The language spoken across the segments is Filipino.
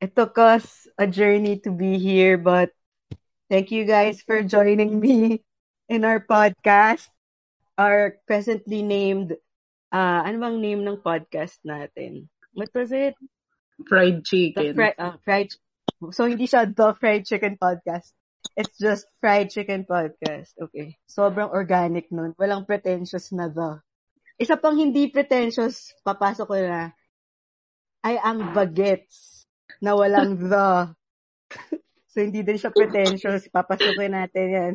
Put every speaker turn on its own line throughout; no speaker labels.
It took us a journey to be here, but thank you guys for joining me in our podcast. Our presently named, uh, ano bang name ng podcast natin? What was it?
Fried
The
chicken.
fri- uh, fried, so hindi siya The Fried Chicken Podcast. It's just Fried Chicken Podcast. Okay. Sobrang organic nun. Walang pretentious na the. Isa pang hindi pretentious, papasok ko na, ay ang bagets na walang the. so hindi din siya pretentious. Papasukin natin yan.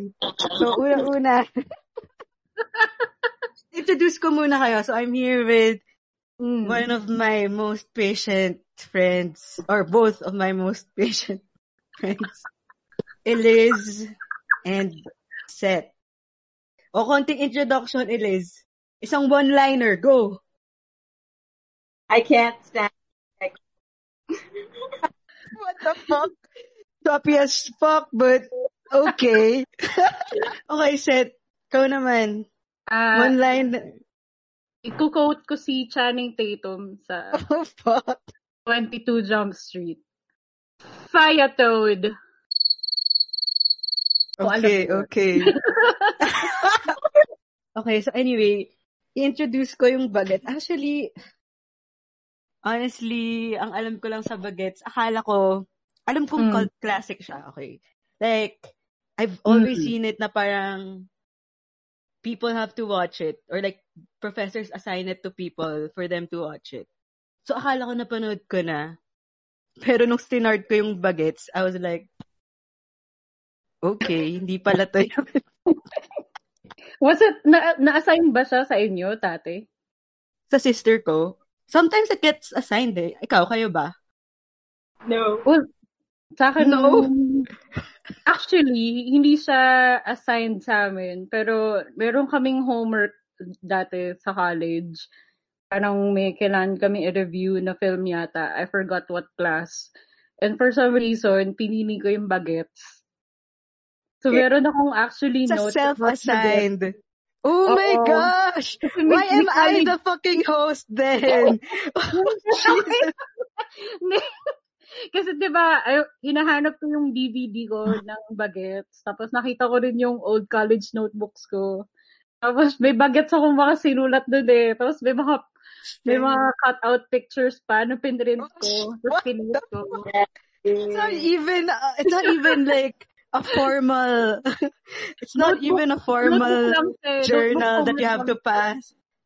So unang-una, introduce ko muna kayo. So I'm here with
Mm.
one of my most patient friends, or both of my most patient friends, Eliz and Seth. O konting introduction, Eliz. Isang one-liner, go!
I can't stand.
What the fuck? Choppy as fuck, but okay. okay, Seth. Ikaw naman.
Ah,
One line.
Ikukote ko si Channing Tatum sa
Oh, fuck.
22 Jump Street. Fire Toad. Oh, alam
Okay,
ko.
okay. okay, so anyway, i-introduce ko yung baguette. Actually, honestly, ang alam ko lang sa baguettes, akala ko, alam kong
Mm.
cult classic siya, okay? Like, I've always
Mm.
seen it na parang people have to watch it or like professors assign it to people for them to watch it. So, akala ko napanood ko na. Pero nung stinart ko yung baguettes, I was like, okay, hindi pala to yun.
Was it, na, na-assign ba siya sa inyo, tate?
sa sister ko. Sometimes it gets assigned eh. Ikaw, kayo ba?
No.
Sa akin,
No.
Actually, hindi siya assigned sa amin. Pero, meron kaming homework dati sa college. Parang may kailangan kami i-review na film yata. I forgot what class. And for some reason, pinili ko yung bagets. So,
Eh,
meron akong actually
Sa
note.
self-assigned. Oh
Oo.
my gosh! Why am I the fucking host then? Oh, Jesus.
Kasi 'di ba, ay- hinahanap ko yung DVD ko
Hmm.
ng bagets. Tapos nakita ko rin yung old college notebooks ko. Tapos may bagets akong mga sinulat doon eh. Tapos may mga may mga cut-out pictures pa na pinrint ko. Tapos
Oh, What
pinulit ko.
It's not even, uh, it's not even like a formal, it's not
Notebook-
even a
Notebook
formal
lang, te. Notebook
journal
ko
that you
lang.
have to pass.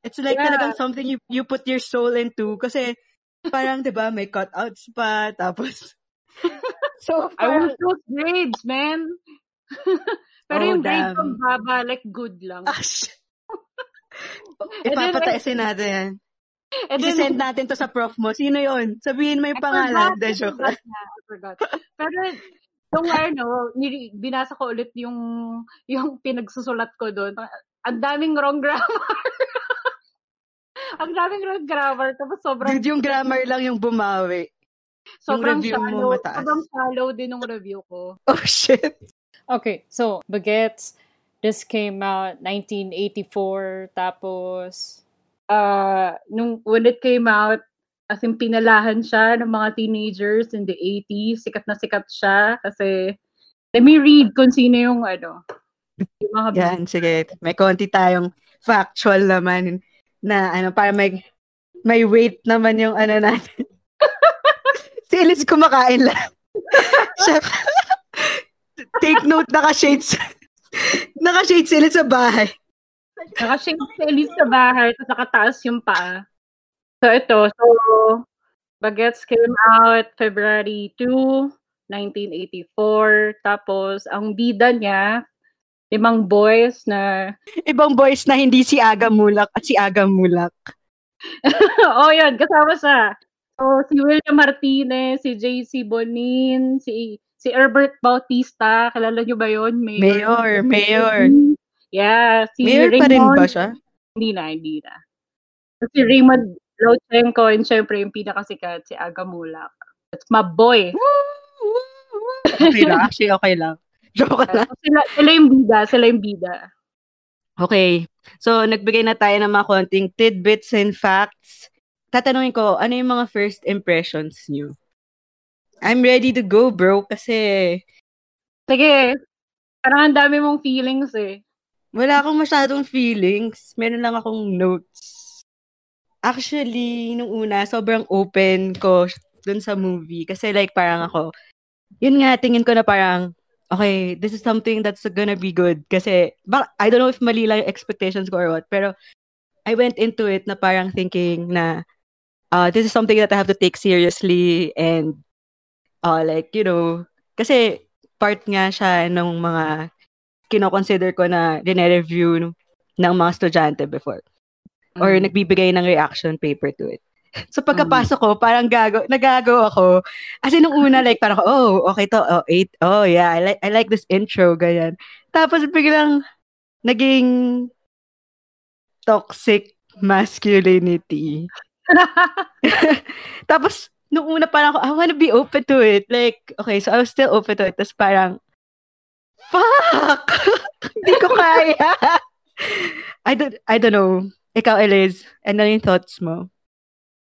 It's like
Yeah.
talagang something you you put your soul into kasi parang 'di ba may cutouts pa tapos So
I
parang
want those grades, man. Pero
Oh,
yung grades
damn.
ko baba, like good lang.
Ah, shit.
And then,
Ipapataisin natin yan.
And then-
I-send natin to sa prof mo. Sino yon? Sabihin mo yung
I
pangalan.
forgot,
De,
I
joke
forgot na, I forgot. Pero, yung ano, niri- binasa ko ulit yung, yung pinagsusulat ko doon. Ang daming wrong grammar. Ang daming wrong grammar. Tapos sobrang,
Dude, yung grammar lang yung bumawi.
sobrang
review mo
shallow.
mataas.
Sobrang shallow din ng review ko.
Oh, shit.
Okay, so Baguettes, this came out 1984, tapos
Uh, nung when it came out, as in pinalahan siya ng mga teenagers in the 80s. Sikat na sikat siya kasi let me read kung sino yung ano. Yung mga
Yan, sige. May konti tayong factual naman na ano, para may, may weight naman yung ano natin. si Elise kumakain lang. Siya, take note, naka-shades. naka-shades si Elise sa bahay.
Nakashake si Elise sa bahay, tapos nakataas yung paa. So, ito. So, Bagets came out February 2, 1984. Tapos, ang bida niya, limang boys na...
Ibang boys na hindi si Aga Mulak at si Aga Mulak.
oh, yun. Kasama siya. So, si William Martinez, si JC Bonin, si si Herbert Bautista. Kilala niyo ba yun?
Mayor, mayor.
Yeah. Si
Mayor pa rin
Raymond
ba siya?
Hindi na, hindi na. Si Raymond Lochenko and syempre yung pinakasikat, si Aga Mulak. That's my boy.
Okay lang. Actually, okay lang. Joke lang.
So, sila, sila yung bida, sila yung bida.
Okay. So, nagbigay na tayo ng mga konting tidbits and facts. Tatanungin ko, ano yung mga first impressions niyo? I'm ready to go, bro. Kasi
Sige. Parang ang dami mong feelings eh.
wala akong masyadong feelings. Meron lang akong notes. Actually, nung una, sobrang open ko dun sa movie. Kasi like, parang ako, yun nga, tingin ko na parang, okay, this is something that's gonna be good. Kasi, bak- I don't know if mali lang yung expectations ko or what, pero I went into it na parang thinking na, uh, this is something that I have to take seriously and, uh, like, you know, kasi part nga siya ng mga kinoconsider ko na review ng mga estudyante before. Or
Mm.
nagbibigay ng reaction paper to it. So pagkapasok ko, parang gago, nagago ako. As in, nung una, like, parang, oh, okay to, oh, eight, oh, yeah, I like, I like this intro, ganyan. Tapos biglang, naging toxic masculinity. Tapos, nung una parang ako, I wanna be open to it. Like, okay, so I was still open to it. Tapos parang, fuck! Hindi ko kaya. I don't, I don't know. Ikaw, Eliz, ano yung thoughts mo?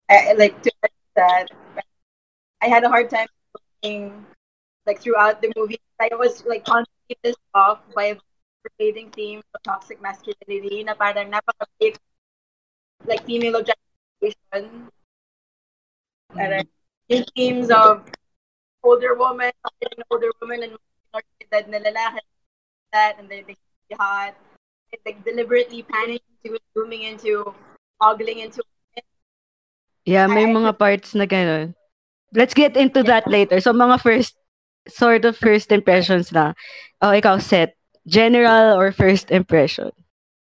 I, I, like to add to that. I had a hard time looking, like throughout the movie. I was like constantly pissed off by a relating theme of toxic masculinity na parang napaka-big like female objectification. And these themes of older women, an older women and marginalized na lalaki that and they they be hot. It's like deliberately panning into it, zooming into, ogling into
Yeah, may
I- I
mga parts na ganun. Let's get into that later. So, mga first, sort of first impressions na. Oh, ikaw, Seth. General or first impression?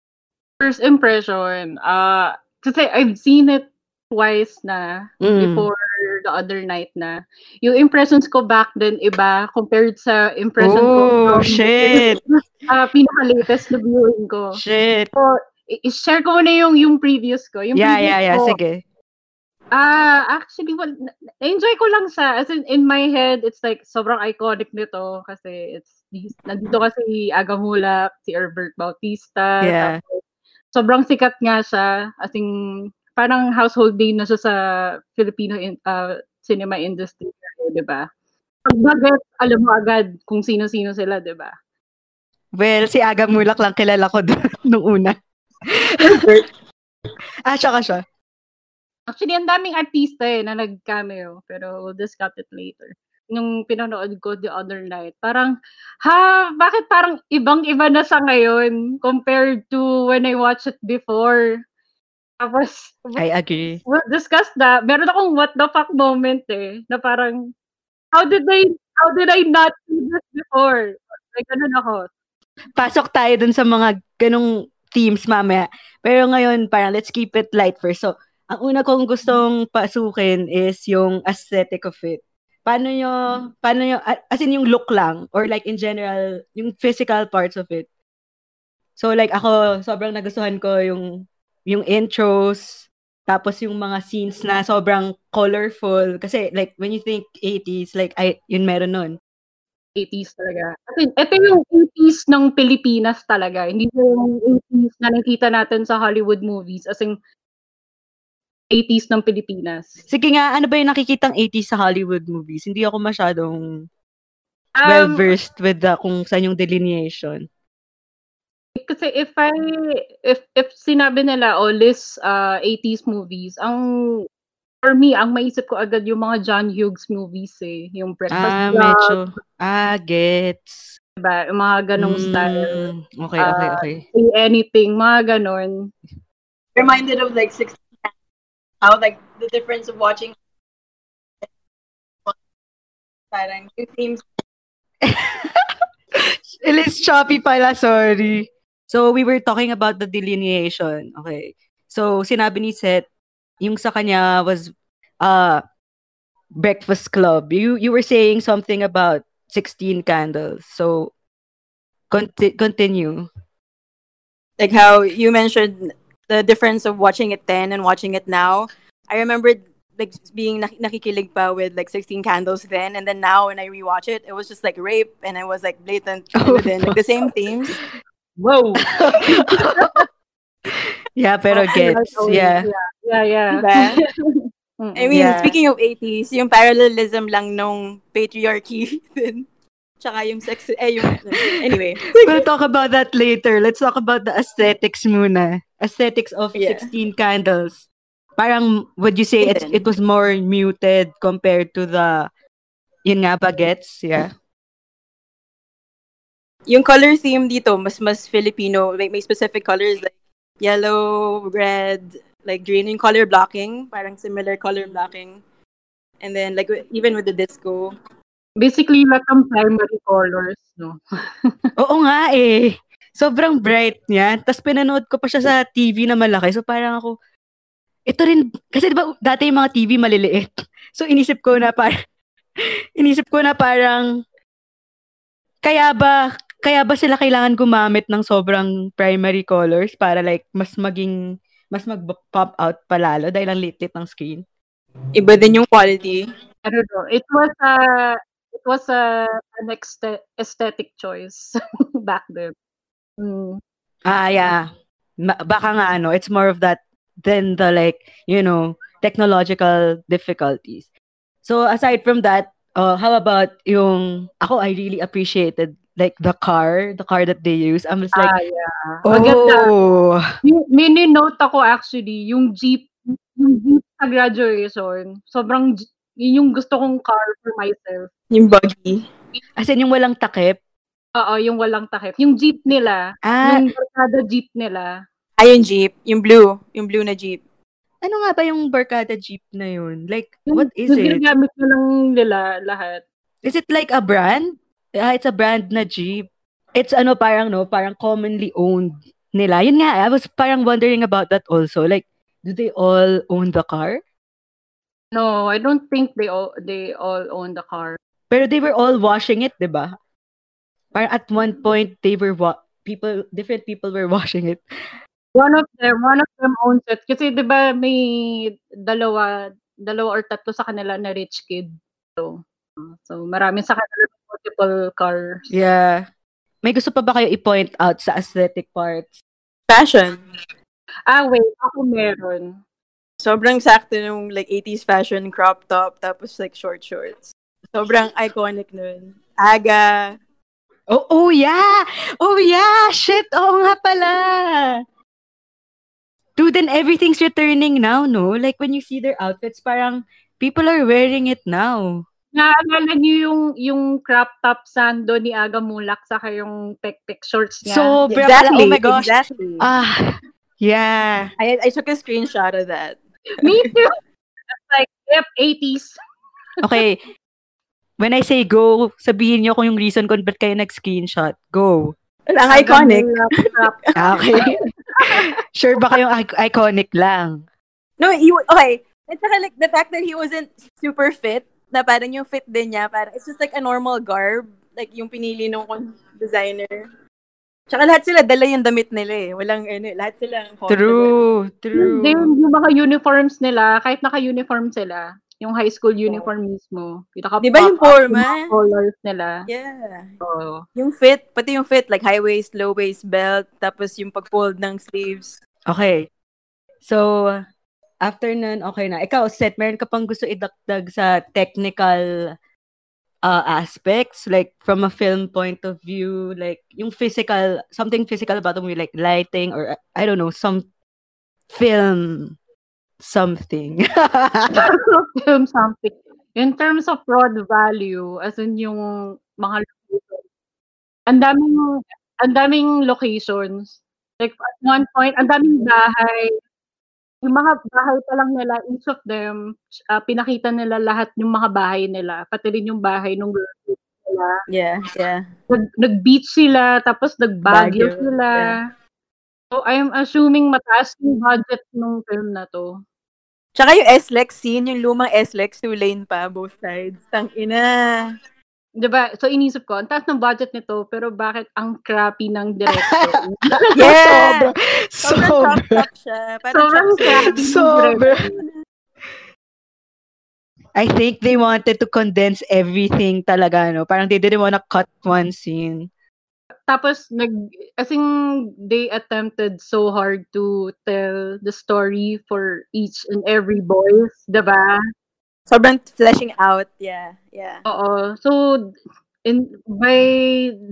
First impression, uh, kasi I've seen it twice na
Mm.
before the other night na. Yung impressions ko back then iba compared sa impression ko
Oh,
from
shit!
uh, pinaka-latest na viewing ko.
Shit!
So, i- i-share ko muna yung, yung previous ko. Yung
Yeah,
previous
yeah, yeah.
ko,
Sige.
Ah, actually, well, na- na-enjoy ko lang siya. As in, in my head, it's like, sobrang iconic nito kasi it's, these- nandito kasi si Aga Mulak, si Herbert Bautista.
Yeah.
tapos sobrang sikat nga siya. As in, parang household name na siya sa Filipino in, ah, cinema industry, eh, di ba? Pag bagets, alam mo agad kung sino-sino sila, di ba?
Well, si Aga Mulak lang kilala ko doon nung una. ah, siya ka siya.
Actually, ang daming artista eh na nag-cameo, pero we'll discuss it later. Nung pinanood ko the other night, parang, ha, bakit parang ibang-iba na sa ngayon compared to when I watched it before? Tapos,
I agree.
we'll discuss that. Meron akong what the fuck moment eh, na parang, how did I, how did I not see this before? Like, ganun ako.
Pasok tayo dun sa mga ganong themes mamaya. Pero ngayon, parang let's keep it light first. So, ang una kong gustong pasukin is yung aesthetic of it. Paano nyo, paano nyo, a- as in yung look lang, or like in general, yung physical parts of it. So like ako, sobrang nagustuhan ko yung, yung intros, tapos yung mga scenes na sobrang colorful. Kasi like, when you think 80s, like, ay, yun meron nun.
80s talaga. Kasi ito yung 80s ng Pilipinas talaga. Hindi ko yung 80s na nakita natin sa Hollywood movies. As in, 80s ng Pilipinas.
Sige nga, ano ba yung nakikitang 80s sa Hollywood movies? Hindi ako masyadong
Um,
well-versed with the, kung saan yung delineation.
Kasi if I, if, if sinabi nila, oh, list uh, 80s movies, ang, for me, ang maisip ko agad yung mga John Hughes movies eh. Yung Breakfast
Ah,
Club,
medyo. Ah, gets.
diba? Yung mga ganong
Mm,
style.
Okay, okay,
Ah,
okay.
Say anything, mga ganon.
reminded of like 16 how like the difference of watching parang yung themes
Ah, It is choppy pala, sorry. So, we were talking about the delineation. Okay. So, sinabi ni Seth, yung sa kanya was uh, Breakfast Club. You you were saying something about 16 candles. So, conti- continue.
like how you mentioned the difference of watching it then and watching it now. I remembered like being nak- nakikilig pa with like 16 candles then and then now when I rewatch it, it was just like rape and it was like blatant
Oh,
within like the same themes.
Wow!
yeah, pero gets. Yeah.
Yeah, yeah.
Diba?
Mm-mm.
I mean,
Yeah.
speaking of 80s, yung parallelism lang nung patriarchy din. Tsaka yung sex, eh, yung, anyway.
We'll talk about that later. Let's talk about the aesthetics muna. Aesthetics of
Yeah.
16 Candles. Parang, would you say it's,
Hidden.
it was more muted compared to the, yun nga, baguettes? Yeah.
Yung color theme dito, mas mas Filipino. Like, may specific colors like yellow, red, like green. Yung color blocking, parang similar color blocking. And then, like, even with the disco.
Basically, lahat ng primary colors, no?
Oo nga eh. Sobrang bright niya. Tapos pinanood ko pa siya sa TV na malaki. So parang ako, ito rin, kasi diba dati yung mga TV maliliit. So inisip ko na par inisip ko na parang, kaya ba, kaya ba sila kailangan gumamit ng sobrang primary colors para like, mas maging, mas mag-pop out palalo dahil ang lit-lit ng screen.
Iba din yung quality.
I don't know. It was a it was a an exte- aesthetic choice back then. Mm.
Ah, yeah. Ma- baka nga, ano, it's more of that than the, like, you know, technological difficulties. So, aside from that, uh, how about yung, ako, I really appreciated, like, the car, the car that they use. I'm just like,
ah, yeah. Maganda.
oh,
Mini note ako actually, yung jeep, yung jeep sa graduation, sobrang j- yun yung gusto kong car for myself.
Yung buggy.
as in yung walang takip.
Oo, yung walang takip. Yung jeep nila,
Ah,
yung barkada jeep nila,
Ay, yung jeep. Yung blue. Yung blue na jeep.
ano nga ba yung barkada jeep na yun? Like,
yung-
what is
yung
it?
ginagamit na lang nila lahat.
Is it like a brand? Ah, it's a brand na jeep. It's ano parang no, parang commonly owned nila. Yun nga, I was parang wondering about that also. Like, do they all own the car?
No, I don't think they all they all own the car.
Pero they were all washing it, di ba? Parang at one point, they were wa- people, different people were washing it.
One of them, one of them owns it. Kasi 'di ba may dalawa, dalawa or tatlo sa kanila na rich kid. So, so marami sa kanila may multiple cars.
Yeah. May gusto pa ba kayo i-point out sa aesthetic parts?
Fashion.
Ah, wait, ako meron.
Sobrang sakto nung like 80s fashion crop top tapos like short shorts. Sobrang iconic nun. Aga.
Oh, oh yeah! Oh yeah! Shit! Oo nga pala! Dude, and everything's returning now, no? Like, when you see their outfits, parang people are wearing it now.
Naalala niyo yung yung crop top sando ni Aga Mulak sa yung pek-pek shorts niya.
Sobra pala. Oh my gosh.
Exactly.
Ah, yeah.
I, I took a screenshot of that.
Me too. like, yep, 80s.
Okay. When I say go, sabihin niyo kung yung reason kung ba't kayo nag-screenshot. Go.
Ang iconic.
Aga Mulak crop
Ah, Okay. sure ba kayong ic- iconic lang?
No, he, wa- okay. At saka like the fact that he wasn't super fit, na parang yung fit din niya, parang it's just like a normal garb. Like yung pinili nung con- designer. Tsaka lahat sila, dala yung damit nila eh. Walang ano, lahat sila. ang confident.
True. True.
Then, yung mga uniforms nila, kahit naka-uniform sila, yung high school uniform mismo, yung naka
Oh. Di ba yung forma?
colors nila.
Yeah.
Oo.
Yung fit, pati yung fit, like high waist, low waist belt, tapos yung pag-fold ng sleeves.
Okay. So, after nun, okay na. Ikaw, Seth, meron ka pang gusto idagdag sa technical uh, aspects? Like, from a film point of view, like, yung physical, something physical about the movie, like lighting or, uh, I don't know, some film something.
Film something. In terms of broad value, as in yung mga location, ang daming, ang daming locations. Like, at one point, ang daming bahay. Yung mga bahay pa lang nila, each of them, ah, pinakita nila lahat yung mga bahay nila. Pati rin yung bahay nung girl nila.
Yeah, yeah.
nag, nag-beach sila, tapos nag-Baguio
Baguio,
sila.
yeah.
So, I'm assuming mataas yung budget ng film na to.
Tsaka yung S-Lex scene, yung lumang S-Lex, two lane pa, both sides. Tang ina.
'Di ba? So, inisip ko, ang taas ng budget nito, pero bakit ang crappy ng director?
Yeah!
Sobra.
Sobrang
Sobra.
chop siya. Parang
Sobrang
chop
crappy ng
Sobra.
director.
I think they wanted to condense everything talaga, no? Parang they didn't wanna cut one scene.
Tapos, nag, I think they attempted so hard to tell the story for each and every boy, diba?
Sobrang fleshing out. Yeah, yeah.
Oo. So, in, by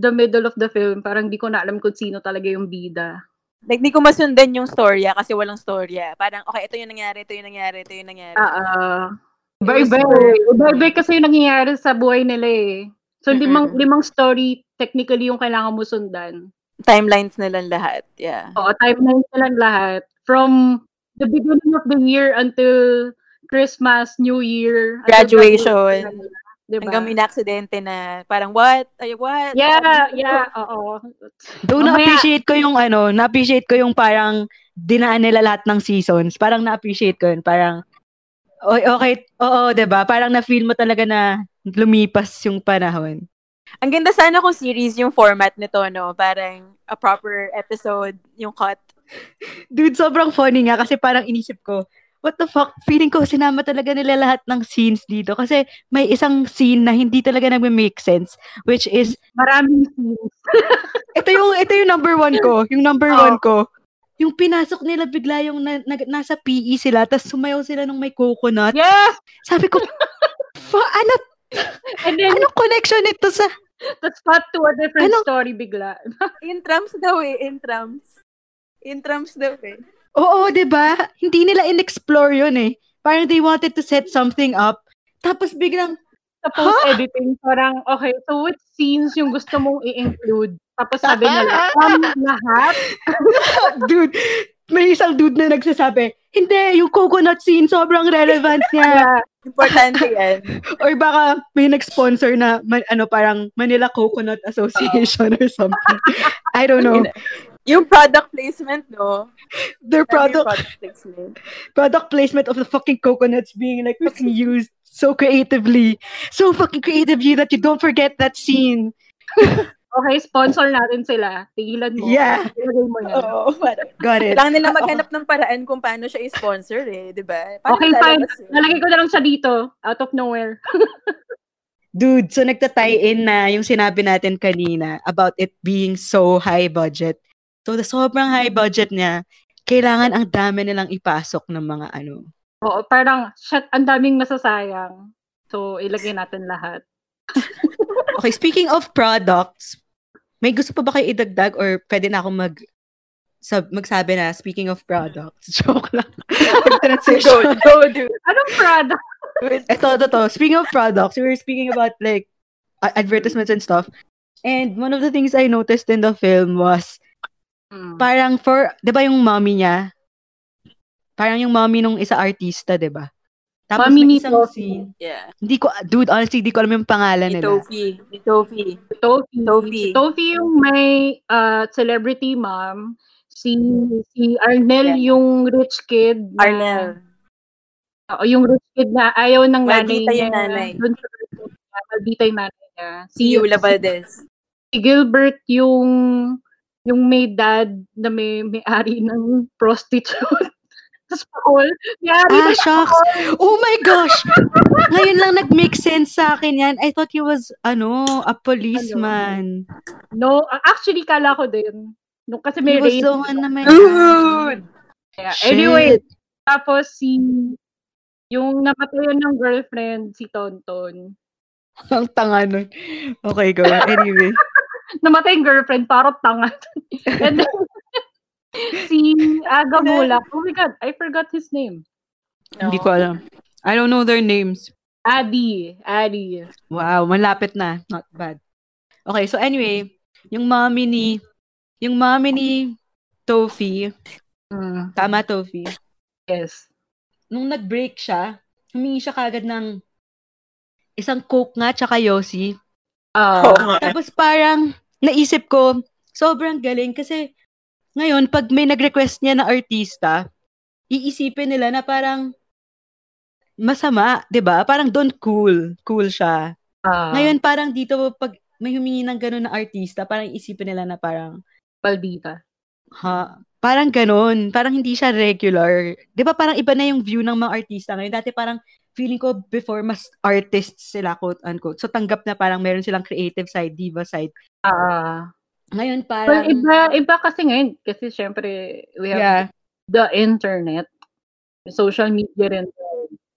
the middle of the film, parang di ko na alam kung sino talaga yung bida.
Like, di ko masundan yung storya kasi walang storya. Parang, okay, ito yung nangyari, ito yung nangyari, ito yung nangyari.
Ah, Iba-iba. eh. Iba-iba kasi yung nangyayari sa buhay nila eh. So,
Mm-mm.
limang, limang story technically yung kailangan mo sundan.
Timelines nilang lahat. Yeah.
Oo, timeline na lang lahat. From the beginning of the year until Christmas, New Year. until
Graduation.
graduation, Diba?
Hanggang inaksidente na parang, what? Ay, what? ano?
Yeah, yeah, oo.
Doon
Mamaya-
na-appreciate ko yung ano, na-appreciate ko yung parang dinaan nila lahat ng seasons. Parang na-appreciate ko yun. Parang, oy, okay, oo, 'di ba Parang na-feel mo talaga na lumipas yung panahon.
Ang ganda sana kung series yung format nito, no? Parang a proper episode, yung cut.
Dude, sobrang funny nga kasi parang inisip ko, what the fuck? Feeling ko sinama talaga nila lahat ng scenes dito kasi may isang scene na hindi talaga nagme-make sense which is,
Maraming scenes.
ito yung, ito yung number one ko, yung number
Oo.
one ko. Yung pinasok nila bigla yung na, nag- nasa PE sila tapos sumayaw sila ng may coconut.
Yes!
Sabi ko, fa, ano,
And then,
anong connection nito sa...
that's cut to a different
Ano?
story bigla.
In trams daw eh, in trams. In trams daw eh.
Oo, 'di ba Hindi nila in-explore yun eh. Parang they wanted to set something up. Tapos biglang,
Sa post-editing, parang, okay, so which scenes yung gusto mong i-include? Tapos sabi nila, um, lahat?
"Oh, dude, may isang dude na nagsasabi, hindi, yung coconut scene, sobrang relevant niya.
Importante yan.
Or baka may nag-sponsor na, man- ano, parang Manila Coconut Association or something. I don't
Ano?
know.
Yung product placement, no?
Their
eh. Sabi yung
product,
product placement.
product placement of the fucking coconuts being like fucking used so creatively. So fucking creatively that you don't forget that scene.
Okay, sponsor natin sila. Tigilan mo.
Yeah.
Ilagay mo yan.
Oo, parang.
Got it.
Kailangan nila maghanap ng paraan kung paano siya i-sponsor eh, di ba? Paano
Okay, fine.
lalabas yun?
Nalagay ko na lang siya dito. Out of nowhere.
Dude, so nagta-tie-in na yung sinabi natin kanina about it being so high budget. So the sobrang high budget niya, kailangan ang dami nilang ipasok ng mga ano.
Oo, parang, shit, ang daming masasayang. So, ilagay natin lahat.
Okay, speaking of products, may gusto pa ba kayo idagdag or pwede na akong mag sab- magsabi na speaking of products. Joke lang.
Go,
Transition.
go, dude.
Anong product?
Ito, ito, to. Speaking of products, we were speaking about like a- advertisements and stuff. And one of the things I noticed in the film was
Hmm.
parang for, 'di ba yung mommy niya? Parang yung mommy nung isa artista, 'di ba? Tapos
Mommy
may
ni
isang
Sophie.
scene.
Yeah.
Hindi ko dude, honestly, hindi ko alam yung pangalan
Ni
nila.
Tofi. Ni Tofi.
Tofi.
Tofi.
Si Tofi yung may uh, celebrity mom. Si si Arnel yung rich kid. na-
Arnel.
Oo, yung rich kid na ayaw ng nanay
Maldita
niya.
yung nanay.
Dun sa Maldita yung nanay niya.
Si Yula Valdez.
si Gilbert yung yung may dad na may may-ari ng prostitute. Tapos Paul, may-ari
Ah,
ng
shucks. Oh my gosh. Ngayon lang nag-make sense sa akin 'yan. I thought he was ano, a policeman.
No, ah, actually, kala ko din. No, kasi
He
may
was
rape.
the one na may
Yeah.
Shit.
Anyway, tapos si yung napatayan ng girlfriend, si Tonton.
Ang tanga nun. Okay, go. Anyway.
Namatay yung girlfriend, parang tanga. And then, si Aga Mula. Oh my God, I forgot his name.
Hindi ko alam. I don't know their names.
Adi. Adi.
Wow, malapit na. Not bad. Okay, so anyway, yung mommy ni yung mommy ni Tofi,
Mm,
tama Tofi.
yes.
Nung nag-break siya, humingi siya kagad ng isang coke nga tsaka Yossi.
Ah,
Oh.
Tapos parang naisip ko, sobrang galing kasi ngayon pag may nag-request niya na artista, iisipin nila na parang masama, 'di ba? Parang don't cool, cool siya.
ah,
Ngayon, parang dito, pag may humingi ng gano'n na artista, parang isipin nila na parang,
Maldita.
ha, parang gano'n. Parang hindi siya regular. Di ba parang iba na yung view ng mga artista ngayon? Dati parang feeling ko before mas artists sila, quote-unquote. So tanggap na parang meron silang creative side, diva side.
Ah,
Ngayon
Well,
parang
iba, iba kasi ngayon. Kasi syempre, we have
yeah.
the internet. Social media rin.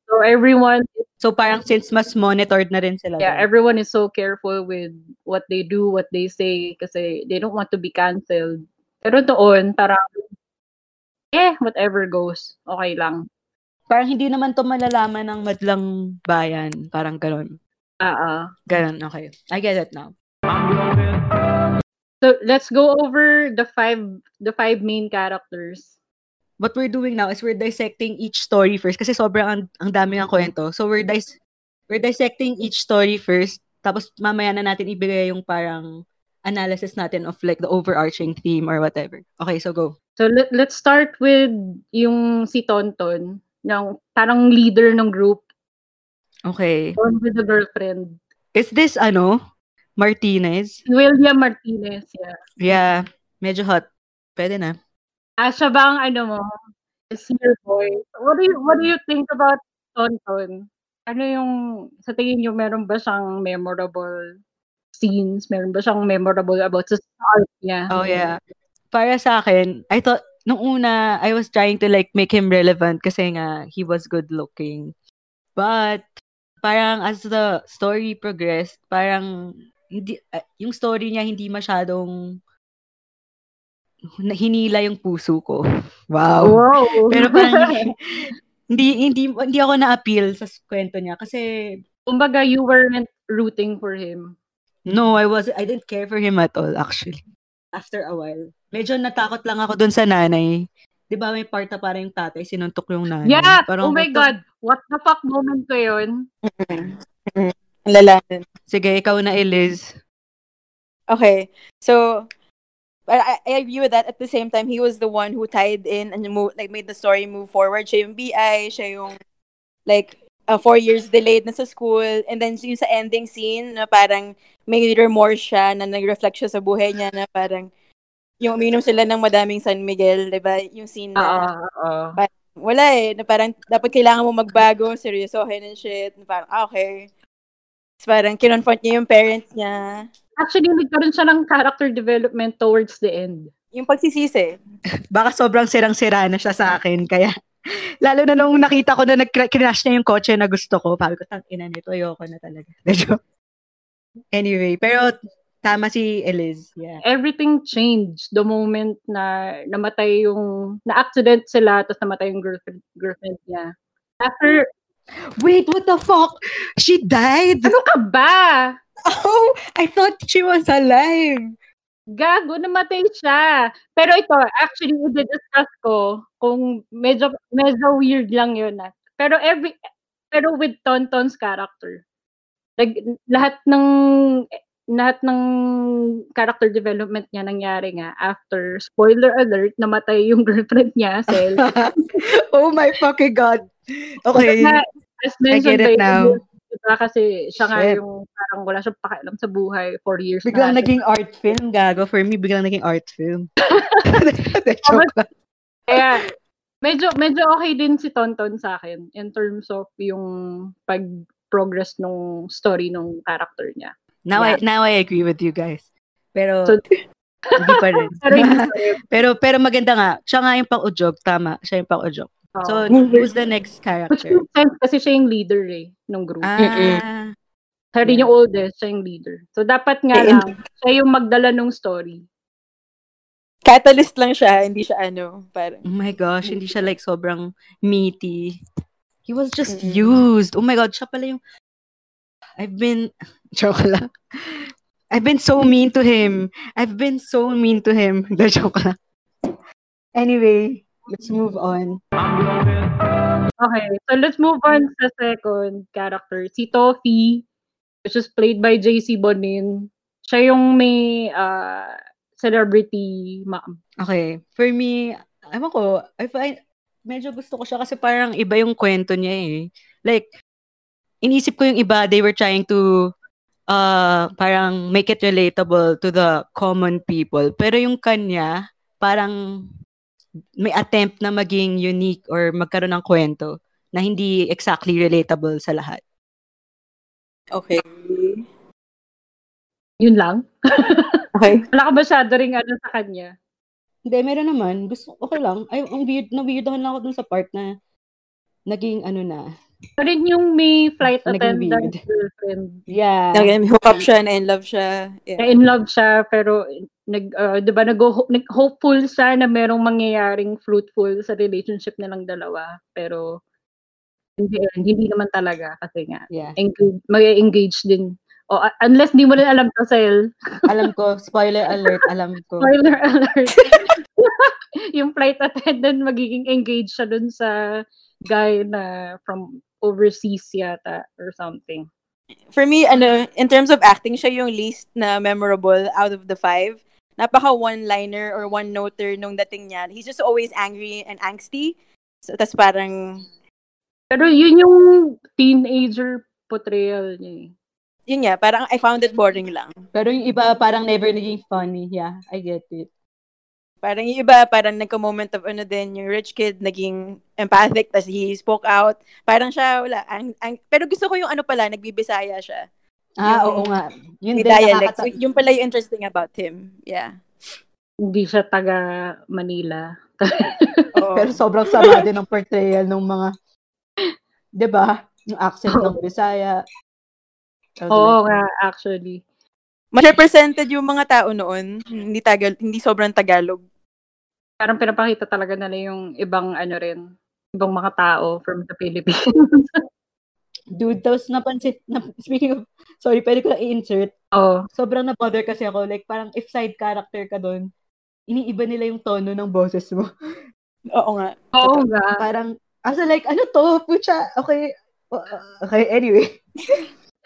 So everyone,
So parang since mas monitored na rin sila.
yeah, er-
dun.
everyone is so careful with what they do, what they say, kasi they don't want to be canceled. Pero doon, parang, eh, whatever goes. Okay lang.
parang hindi naman to malalaman ng madlang bayan, parang ganun.
Ah, ah.
Ganun, okay. I get it now.
So let's go over the five the five main characters.
What we're doing now is we're dissecting each story first kasi sobrang ang, ang dami ng kwento. So we're dis- we're dissecting each story first tapos mamaya na natin ibigay yung parang analysis natin of like the overarching theme or whatever. Okay, so go.
So let, let's start with yung si Tonton, yung parang leader ng group,
Okay.
Tonton with the girlfriend.
Is this ano? Martinez?
Si William Martinez, yeah.
Yeah, medyo hot. Pwede na.
Ah, siya ba ang ano mo? Is your boy? What do you, what do you think about Tonton? Ano yung, sa tingin nyo, meron ba siyang memorable scenes? Meron ba siyang memorable about sa art niya?
Oh yeah. Para sa akin, I thought nung una I was trying to like make him relevant kasi nga he was good looking. But parang as the story progressed, parang hindi ah, yung story niya hindi masyadong na- hinila yung puso ko. Wow.
Wow.
Pero parang hindi hindi hindi ako na-appeal sa s- kwento niya kasi
Kumbaga, you weren't rooting for him.
No, I was I didn't care for him at all actually. After a while, medyo natakot lang ako dun sa nanay. 'Di ba may part na parang yung tatay sinuntok yung nanay. Ano,
Yeah!
Parang,
oh my
what the-
God! What the fuck moment ko yun?
Ang lala nun.
Sige, ikaw na Eliz.
Okay, so but I, I agree with that. At the same time, he was the one who tied in and mo- like made the story move forward. Siya yung BI, siya yung like uh, four years delayed na sa school. And then yung sa ending scene na parang may remorse siya na nag-reflect siya sa buhay niya na parang yung uminom sila ng madaming San Miguel, di ba? Yung scene na
Oo, oo.
wala eh, na parang dapat kailangan mo magbago, seryosohin and shit. Na parang, ah, okay. Tapos parang kinonfront niya yung parents niya.
Actually, nagkaroon siya ng character development towards the end.
Yung pagsisisi.
Baka sobrang sirang-sira na siya sa akin kaya lalo na nung nakita ko na nag-crash niya yung kotse na gusto ko, sabi ko, tang ina nito, ayoko na talaga. Medyo. anyway, pero tama si Eliz. Yeah.
Everything changed the moment na namatay yung, na-accident sila, tapos namatay yung girlfriend, girlfriend niya. After,
Wait, what the fuck? She died?
ano ka ba?
Oh, I thought she was alive.
Gago, namatay siya. Pero ito, actually, i-discuss ko kung medyo, medyo weird lang yun. Ah. Pero every, pero with Tonton's character. Like, lahat ng, lahat ng character development niya nangyari nga after, spoiler alert, namatay yung girlfriend niya, Sel.
oh my fucking god. Okay.
Na, as mentioned
I get it
by
now.
Elias, diba, kasi siya nga
Shit.
yung parang wala siyang pakialam sa buhay for years
Biglang
na.
naging art film, gago. For me, biglang naging art film. Joke lang.
Kaya, medyo, medyo okay din si Tonton sa akin in terms of yung pag-progress nung story nung character niya.
now, I, now I agree with you guys. Pero,
So-
hindi pa rin.
Pero yun pa rin.
pero, pero maganda nga. Siya nga yung pang-ujog. Tama. Siya yung pang-ujog. So,
So,
who's the next
which
character?
makes sense kasi siya yung leader eh, nung group.
Ah.
siya rin
yeah.
yung oldest, siya yung leader. So, dapat nga
Eh,
lang, siya yung magdala nung story.
Catalyst lang siya, hindi siya ano, parang.
Oh my gosh. Hindi siya like sobrang meaty. He was just
Mm-mm.
used. Oh my god. Siya pala yung I've been joke lang. I've been so mean to him. I've been so mean to him. The joke lang. Anyway, let's move on.
Okay, so let's move
Mm.
on sa second character. Si Toffee, which is played by JC Bonin. Siya yung may ah, celebrity ma'am.
Okay, for me, ewan ko, I find, medyo gusto ko siya kasi parang iba yung kwento niya eh. Like, inisip ko yung iba, they were trying to uh, parang make it relatable to the common people. Pero yung kanya, parang may attempt na maging unique or magkaroon ng kwento na hindi exactly relatable sa lahat.
Okay.
Yun lang.
Okay.
Wala ka masyado ring ano sa kanya.
Hindi, meron naman. Gusto, okay lang. Ay, ang weird, na-weirdohan lang ako dun sa part na naging ano na.
Ito rin yung may flight
Naging
attendant
weird.
girlfriend.
Yeah.
Again, hook up siya and in love siya.
Na
Yeah.
in love siya pero nag ah, 'di ba nag hopeful siya na merong mangyayaring fruitful sa relationship nilang dalawa pero in the end, hindi naman talaga kasi nga
Yeah.
engage, mag-engage din. O ah, unless di mo rin alam to, Sel.
Alam ko, spoiler alert, alam ko.
Spoiler alert. yung flight attendant magiging engaged siya dun sa guy na from overseas yata or something.
For me, ano, in terms of acting, siya yung least na memorable out of the five. Napaka one-liner or one-noter nung dating niya. He's just always angry and angsty. So, tas parang,
Pero yun yung teenager portrayal niya eh.
yun nga, parang I found it boring lang.
Pero yung iba parang never naging funny. Yeah, I get it.
Parang yung iba, parang nagka-moment of ano din, yung rich kid naging empathic, tas he spoke out. Parang siya, wala. Ang, ang, pero gusto ko yung ano pala, nagbibisaya siya.
Ah,
Yung-
oo nga. Yun
May
din,
dialect.
nakakata-
So, yung pala yung interesting about him. Yeah.
Hindi siya taga Manila.
Oo.
Pero sobrang sama din ng portrayal ng mga, di ba? Yung accent ng Bisaya. I was
Oo
like,
nga, actually.
Mas represented yung mga tao noon. Hindi tagal, hindi sobrang Tagalog.
Parang pinapakita talaga nila yung ibang ano rin, ibang mga tao from the Philippines.
Dude, tapos napansin, na, speaking of, sorry, pwede ko lang i-insert.
Oo.
Sobrang na-bother kasi ako. Like, parang if side character ka doon, iniiba nila yung tono ng boses mo.
Oo nga.
Oo nga.
Parang, as in, like, ano to? Pucha, okay. Uh, Okay, anyway.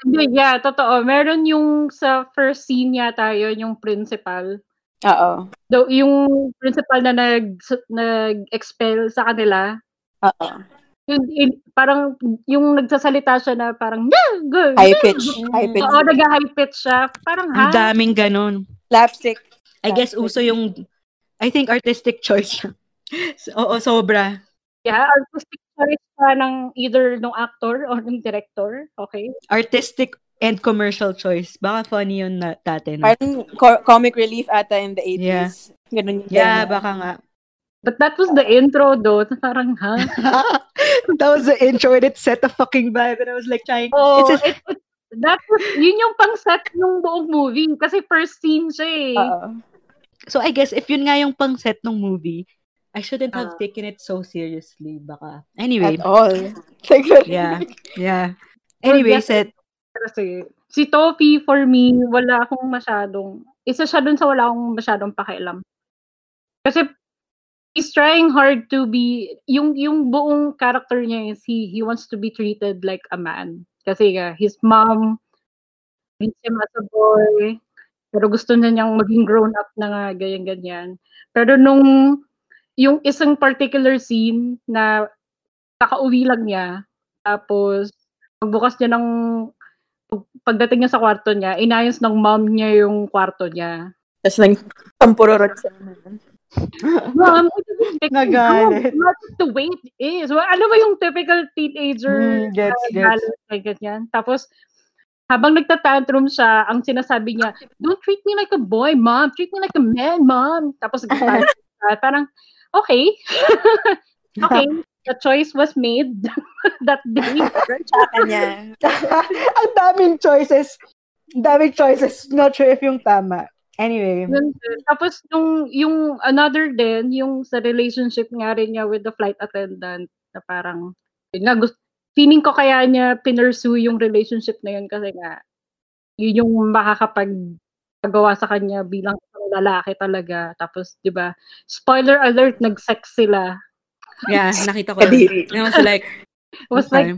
Hindi, yeah, totoo. Meron yung sa first scene yata yun, yung principal.
Oo.
Though, yung principal na nag, nag-expel sa kanila,
Oo.
yun, yun- parang yung nagsasalita siya na parang, yeah, good.
High pitch. High pitch.
Oo, nag-high pitch siya. Parang,
Ang
ha?
daming ganun.
Slapstick.
I guess uso yung, I think artistic choice siya. So- Oo, sobra.
Yeah, artistic choice pa ng either ng actor or ng director. Okay.
Artistic and commercial choice. Baka funny yun na, dati. No?
Parang co- comic relief ata in the 80s. Ganun yung
Yeah,
tema.
baka nga.
But that was the intro though. na Parang, ha?
that was the intro and it set a fucking vibe and I was like trying.
Oh,
it's just,
it, it- that was, yun yung pang-set yung buong movie. Kasi first scene siya eh.
Oo.
so I guess if yun nga yung pang set ng movie, I shouldn't have
Ah.
taken it so seriously. Baka.
At
Anyway.
all. Like,
Yeah. Yeah.
Well,
Anyway,
yes,
set.
Kasi si Toffee, for me, wala akong masyadong, isa siya dun sa wala akong masyadong pakialam. Kasi he's trying hard to be, yung, yung buong character niya is he, he wants to be treated like a man. Kasi nga, his mom treats him as a boy. Pero gusto na niyang maging grown up na nga, ganyan-ganyan. Pero nung, yung isang particular scene na kakauwi lang niya, tapos pagbukas niya ng pagdating niya sa kwarto niya, inayos ng mom niya yung kwarto niya.
Tapos nang tampururot sa
Mom, what is this big thing?
Nagalit.
Mom, what is the weight is. Well, alam mo yung typical teenager
Mm, gets,
na
gets.
galit, like ganyan. Tapos, habang nagtatantrum siya, ang sinasabi niya, don't treat me like a boy, mom. Treat me like a man, mom. Tapos, galit siya. parang, okay. okay. The choice was made that day.
Tsaka niya.
Ang daming choices. Ang daming choices. Not sure if yung tama. Anyway.
Yun din. Mm-hmm. Tapos yung yung another din, yung sa relationship nga rin niya with the flight attendant na parang yun nga gusto feeling ko kaya niya pinursue yung relationship na yun kasi nga yun yung makakapag pagawa sa kanya bilang isang lalaki talaga. Tapos, di ba, spoiler alert, nag-sex sila.
Yeah, nakita ko.
Kadiri.
And I was like,
It was like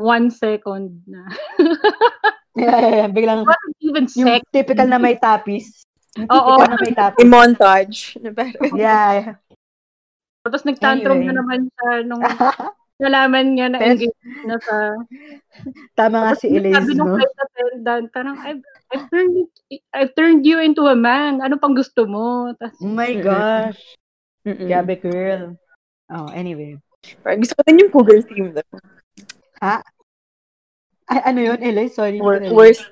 one second na.
yeah, yeah, yeah. Biglang,
What is even
yung
sex?
typical na may tapis. Yung
Oo.
typical na may tapis.
Yung montage. Na parang-
Yeah, yeah.
Tapos nagtantrum
Anyway.
na naman siya nung nalaman niya na
Pero-
engaged na sa
Tama nga si
Yung
Elise,
Sabi ng
no?
flight attendant, parang, I've, I've, turned, it- I've turned you into a man. Ano pang gusto mo? Tas,
Oh
Mm.
my gosh.
Mm-mm.
Gabi girl. Oh, anyway.
Parang gusto ko din yung cougar theme. though.
Ha? Ay, ano yun, Elise? Sorry.
Wor-
pinali.
worst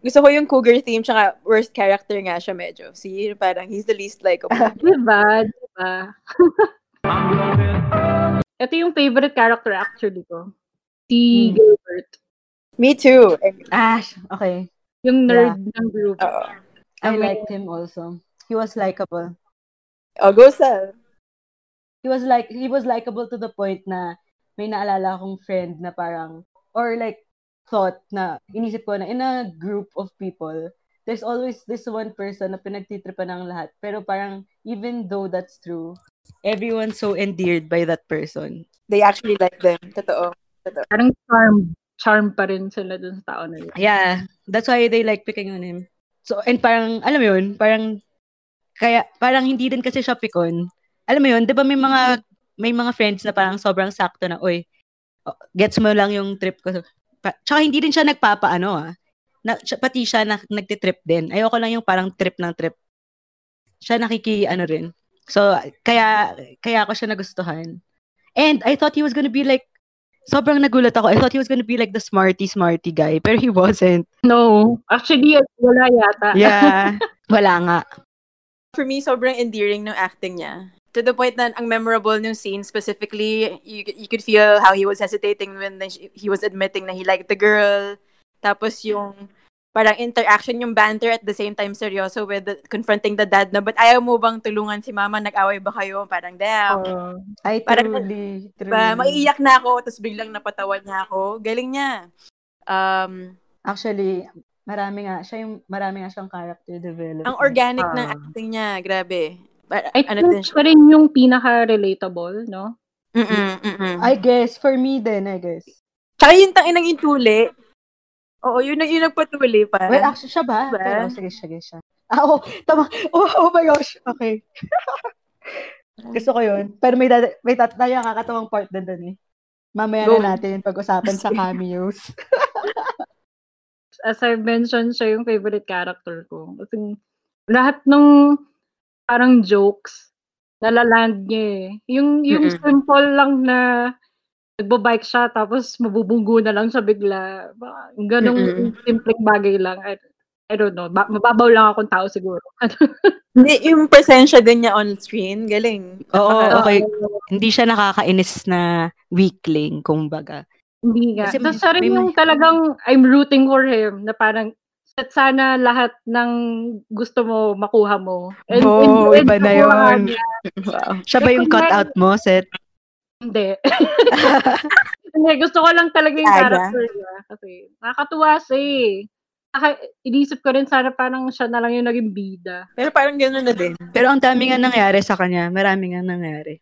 gusto ko yung cougar theme tsaka worst character nga siya medyo. See, parang he's the least likable.
Diba? Diba? Ito yung favorite character actually ko. Si
Hmm.
Mm.
Gilbert.
Me too.
Ash, okay.
Yung nerd ng group.
Oo.
I
I mean-
liked him also. He was likable.
Oh, go Sel.
he was like he was likable to the point na may naalala akong friend na parang or like thought na inisip ko na in a group of people there's always this one person na pinagtitripan ng lahat pero parang even though that's true everyone's so endeared by that person
They actually like them. Totoo.
Parang charm. Charm pa rin sila dun sa tao na yun.
yeah that's why they like picking on him so and parang alam mo yun parang kaya parang hindi din kasi siya pikon alam mo yun 'di ba may mga may mga friends na parang sobrang sakto na oy oh, gets mo lang yung trip ko pa, tsaka hindi din siya nagpapaano ah na, siya- pati siya na, nagtitrip din ayoko lang yung parang trip ng trip siya nakiki ano rin so kaya kaya ako siya nagustuhan and I thought he was gonna be like sobrang nagulat ako I thought he was gonna be like the smarty smarty guy pero he wasn't
No. Actually, wala yata.
Yeah. Wala nga.
For me, sobrang endearing ng acting niya. To the point na ang memorable ng scene specifically, you, you could feel how he was hesitating when the- he was admitting na he liked the girl. Tapos yung parang interaction, yung banter at the same time seryoso with the- confronting the dad na, but ayaw mo bang tulungan si mama? Nag-away ba kayo? Parang, damn.
Oo.
I
Parang-
truly, truly.
Diba? Maiiyak na ako, tapos biglang napatawa niya ako. Galing niya. Um,
Actually, marami nga. Siya yung, marami nga siyang character development.
ang organic ng
Ah.
acting niya, grabe. Para,
I
ano din
think
siya?
pa rin yung pinaka-relatable, no?
Mm-mm, mm-mm.
I guess, for me then, I guess.
Tsaka yung tangin ng intuli. Oo, yun, ang- yun nagpatuli pa.
Well, actually, siya ba?
Diba?
Pero, sige, sige, siya. Ah, oh, tama. Oh, oh my gosh. Okay. Gusto ko yun. Pero may, dada, may tataya kakatawang part din dun eh. Mamaya
Go.
na natin pag-usapan sa cameos.
as I mentioned, siya yung favorite character ko. Kasi lahat ng parang jokes, nalaland niya eh. Yung, yung
Mm-mm.
simple lang na nagbabike siya tapos mabubunggo na lang siya bigla. Ba- Ganong
Mm-mm.
simpleng bagay lang. I, I don't know. Ba- mababaw lang akong tao siguro.
Hindi, yung presensya din niya on screen, galing.
Oo, okay.
Oo,
Hindi siya nakakainis na weakling, kumbaga.
hindi nga.
Kasi may-
Tapos siya rin
may-
yung talagang I'm rooting for him na parang "Shit, sana lahat ng gusto mo makuha mo. And in
Oh,
the end,
iba na
nakuha nga
yun.
niya.
Wow.
Siya ba yung cut-out mo, Seth?
Hindi. Hindi, gusto ko lang talaga yung
Aga.
character niya. Kasi nakakatuwa siya eh. Saka, inisip ko rin sana parang siya na lang yung naging bida.
Pero parang gano'n na din.
Pero ang dami nga nangyari sa kanya. Marami nga nangyari.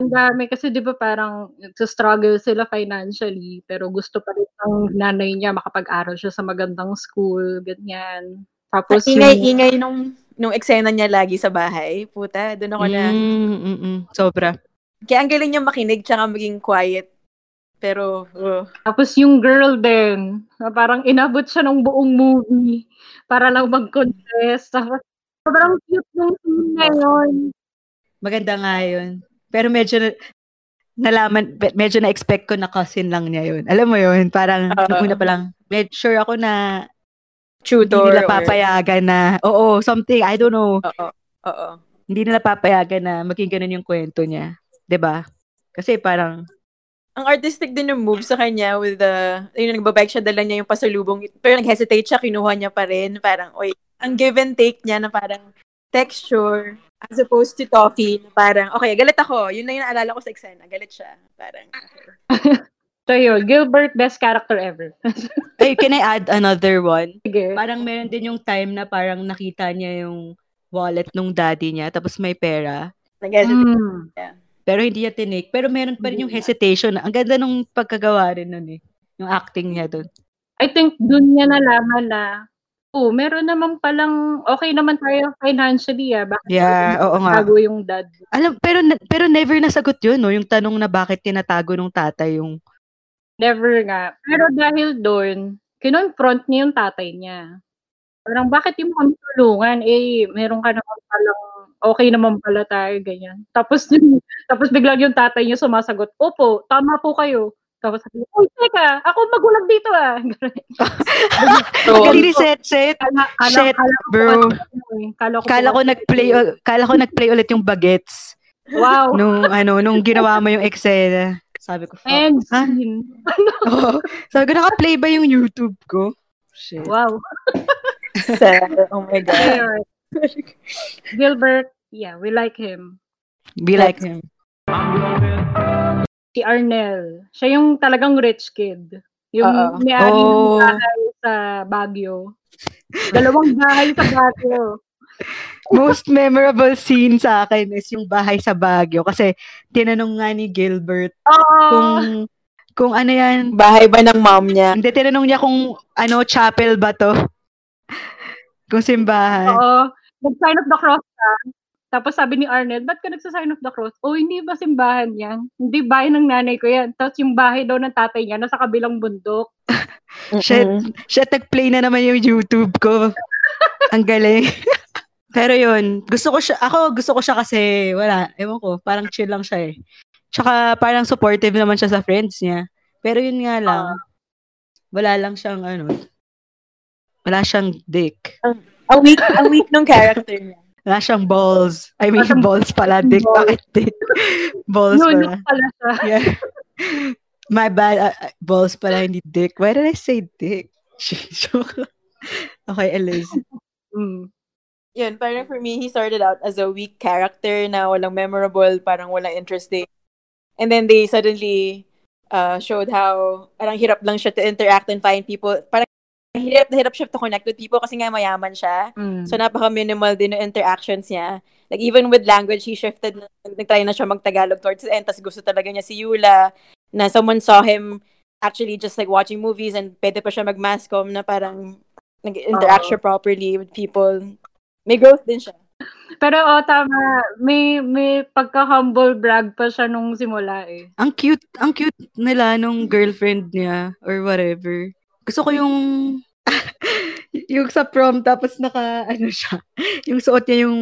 Ang dami kasi di ba parang struggle sila financially pero gusto pa rin ang nanay niya makapag-aral siya sa magandang school, ganyan. Tapos yung,
Ingay-ingay nung, nung eksena niya lagi sa bahay. Puta, doon ako na.
Mm, mm, mm. Sobra.
Kaya ang galing niya makinig tsaka maging quiet. Pero, oh.
tapos yung girl din, na parang inabot siya ng buong movie para lang mag-confess. Tapos sobrang cute nung scene na yun.
Maganda nga yun. Pero medyo na- nalaman, pe- medyo na-expect ko na cousin lang niya yun. Alam mo yun, parang
Oo.
nung una pa lang, med- sure ako na hindi
tutor.
nila
or-
papayagan na, oo, something, I don't know,
Oo, oo.
hindi nila papayagan na maging ganun yung kwento niya. 'Di ba? Kasi parang,
ang artistic din ng move sa kanya with the, yun, nagbabike siya, dala niya yung pasalubong. Pero nag-hesitate siya, kinuha niya pa rin. Parang, oy, ang give and take niya na parang texture as opposed to toffee. na Parang, okay, galit ako. Yun na yung naalala ko sa eksena. Galit siya. Parang, okay.
So yun, Gilbert, best character ever.
ay, can I add another one?
Sige.
parang meron din yung time na parang nakita niya yung wallet nung daddy niya tapos may pera
nag-hesitate.
Mm.
pero hindi niya tinake pero meron pa rin yung hesitation ang ganda nung pagkagawa rin nun eh yung acting niya doon
I think dun niya nalaman na, oh, meron naman palang, okay naman tayo financially, ah. Bakit
Yeah, oo nga.
bago yung dad?
alam pero na- pero never nasagot yun no yung tanong na bakit tinatago nung tatay yung
Never nga. Pero dahil dun, kinonfront niya yung tatay niya. Parang, bakit yung kami tulungan? Eh, meron ka naman palang, okay naman pala tayo, ganyan. Tapos, tapos biglang yung tatay niya sumasagot, opo, tama po kayo. Tapos sabi ko, uy, teka, ako magulang dito ah. Ganun.
Ang
So,
galing ni Set Set.
kala, kala,
Shit,
kala ko
bro.
ano, eh. Kala ko,
Kala ko nag-play, ul- kala ko nag-play ulit yung bagets
Wow.
nung ano, nung ginawa mo yung Excel. Sabi ko, fuck.
And
Ha?
scene.
Oo. Sabi ko, naka-play ba yung YouTube ko? Shit.
Wow.
oh my god.
Fair. Gilbert, yeah, we like him.
Be like him.
Si Arnel, siya yung talagang rich kid. Yung
Oo.
may-ari
Oo.
ng bahay sa Baguio. Dalawang bahay sa Baguio.
Most memorable scene sa akin is yung bahay sa Baguio kasi tinanong nga ni Gilbert
Oh,
kung kung ano yan.
Bahay ba ng mom niya?
Hindi, tinanong niya kung ano, chapel ba to? kung simbahan.
oo. Nag-sign of the cross ka. Tapos sabi ni Arnel, ba't ka nagsa-sign of the cross? Oh, hindi ba simbahan yan? Hindi bahay ng nanay ko yan. Tapos yung bahay daw ng tatay niya, nasa kabilang bundok.
Shit, shit, nag-play na naman yung YouTube ko. Ang galing. Pero yun, gusto ko siya, ako gusto ko siya kasi wala, ewan ko, parang chill lang siya eh. Tsaka parang supportive naman siya sa friends niya. Pero yun nga lang, wala lang siyang ano, wala siyang dick.
A week, a week nung character niya.
Wala siyang balls. I mean,
Parang-
balls pala, dick. Bakit dick? balls
Yun,
pala.
yun pala siya.
Yeah. My bad. Uh, uh, balls pala, hindi dick. Why did I say dick? Joke lang. Okay, Eliz.
Mm.
Yun, parang for me, he started out as a weak character na walang memorable, parang walang interesting. And then they suddenly uh, showed how parang hirap lang siya to interact and find people. Parang hirap na hirap siya to connect with people kasi nga mayaman siya.
Mm.
So, napaka-minimal din yung interactions niya. Like, even with language, he shifted. na- Nag-try na siya mag-Tagalog towards the end. Tapos gusto talaga niya si Yula. Na someone saw him actually just like watching movies and pwede pa siya mag-mascom na parang nag-interact siya properly with people. May growth din siya.
Pero o, tama. May, may pagka-humble brag pa siya nung simula eh.
Ang cute, ang cute nila nung girlfriend niya or whatever. Gusto ko yung yung sa prom tapos naka ano siya, yung suot niya yung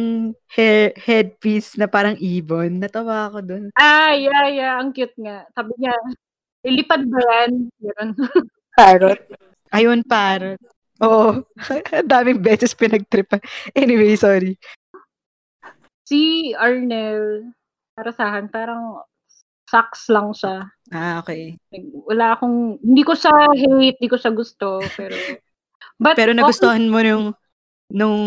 hair, headpiece na parang ibon. Natawa ako dun.
Ah, yeah, yeah. Ang cute nga. Sabi niya, ilipad ba yan? Ganun.
Parrot.
Ayun, parang. Oo. Ang daming beses pinagtripan. Anyway, sorry.
si Arnel, para sa akin, parang sucks lang siya.
Ah, okay.
Like, Wala akong, hindi ko siya hate, hindi ko siya gusto, pero... But,
Pero
okay,
nagustuhan mo nung nung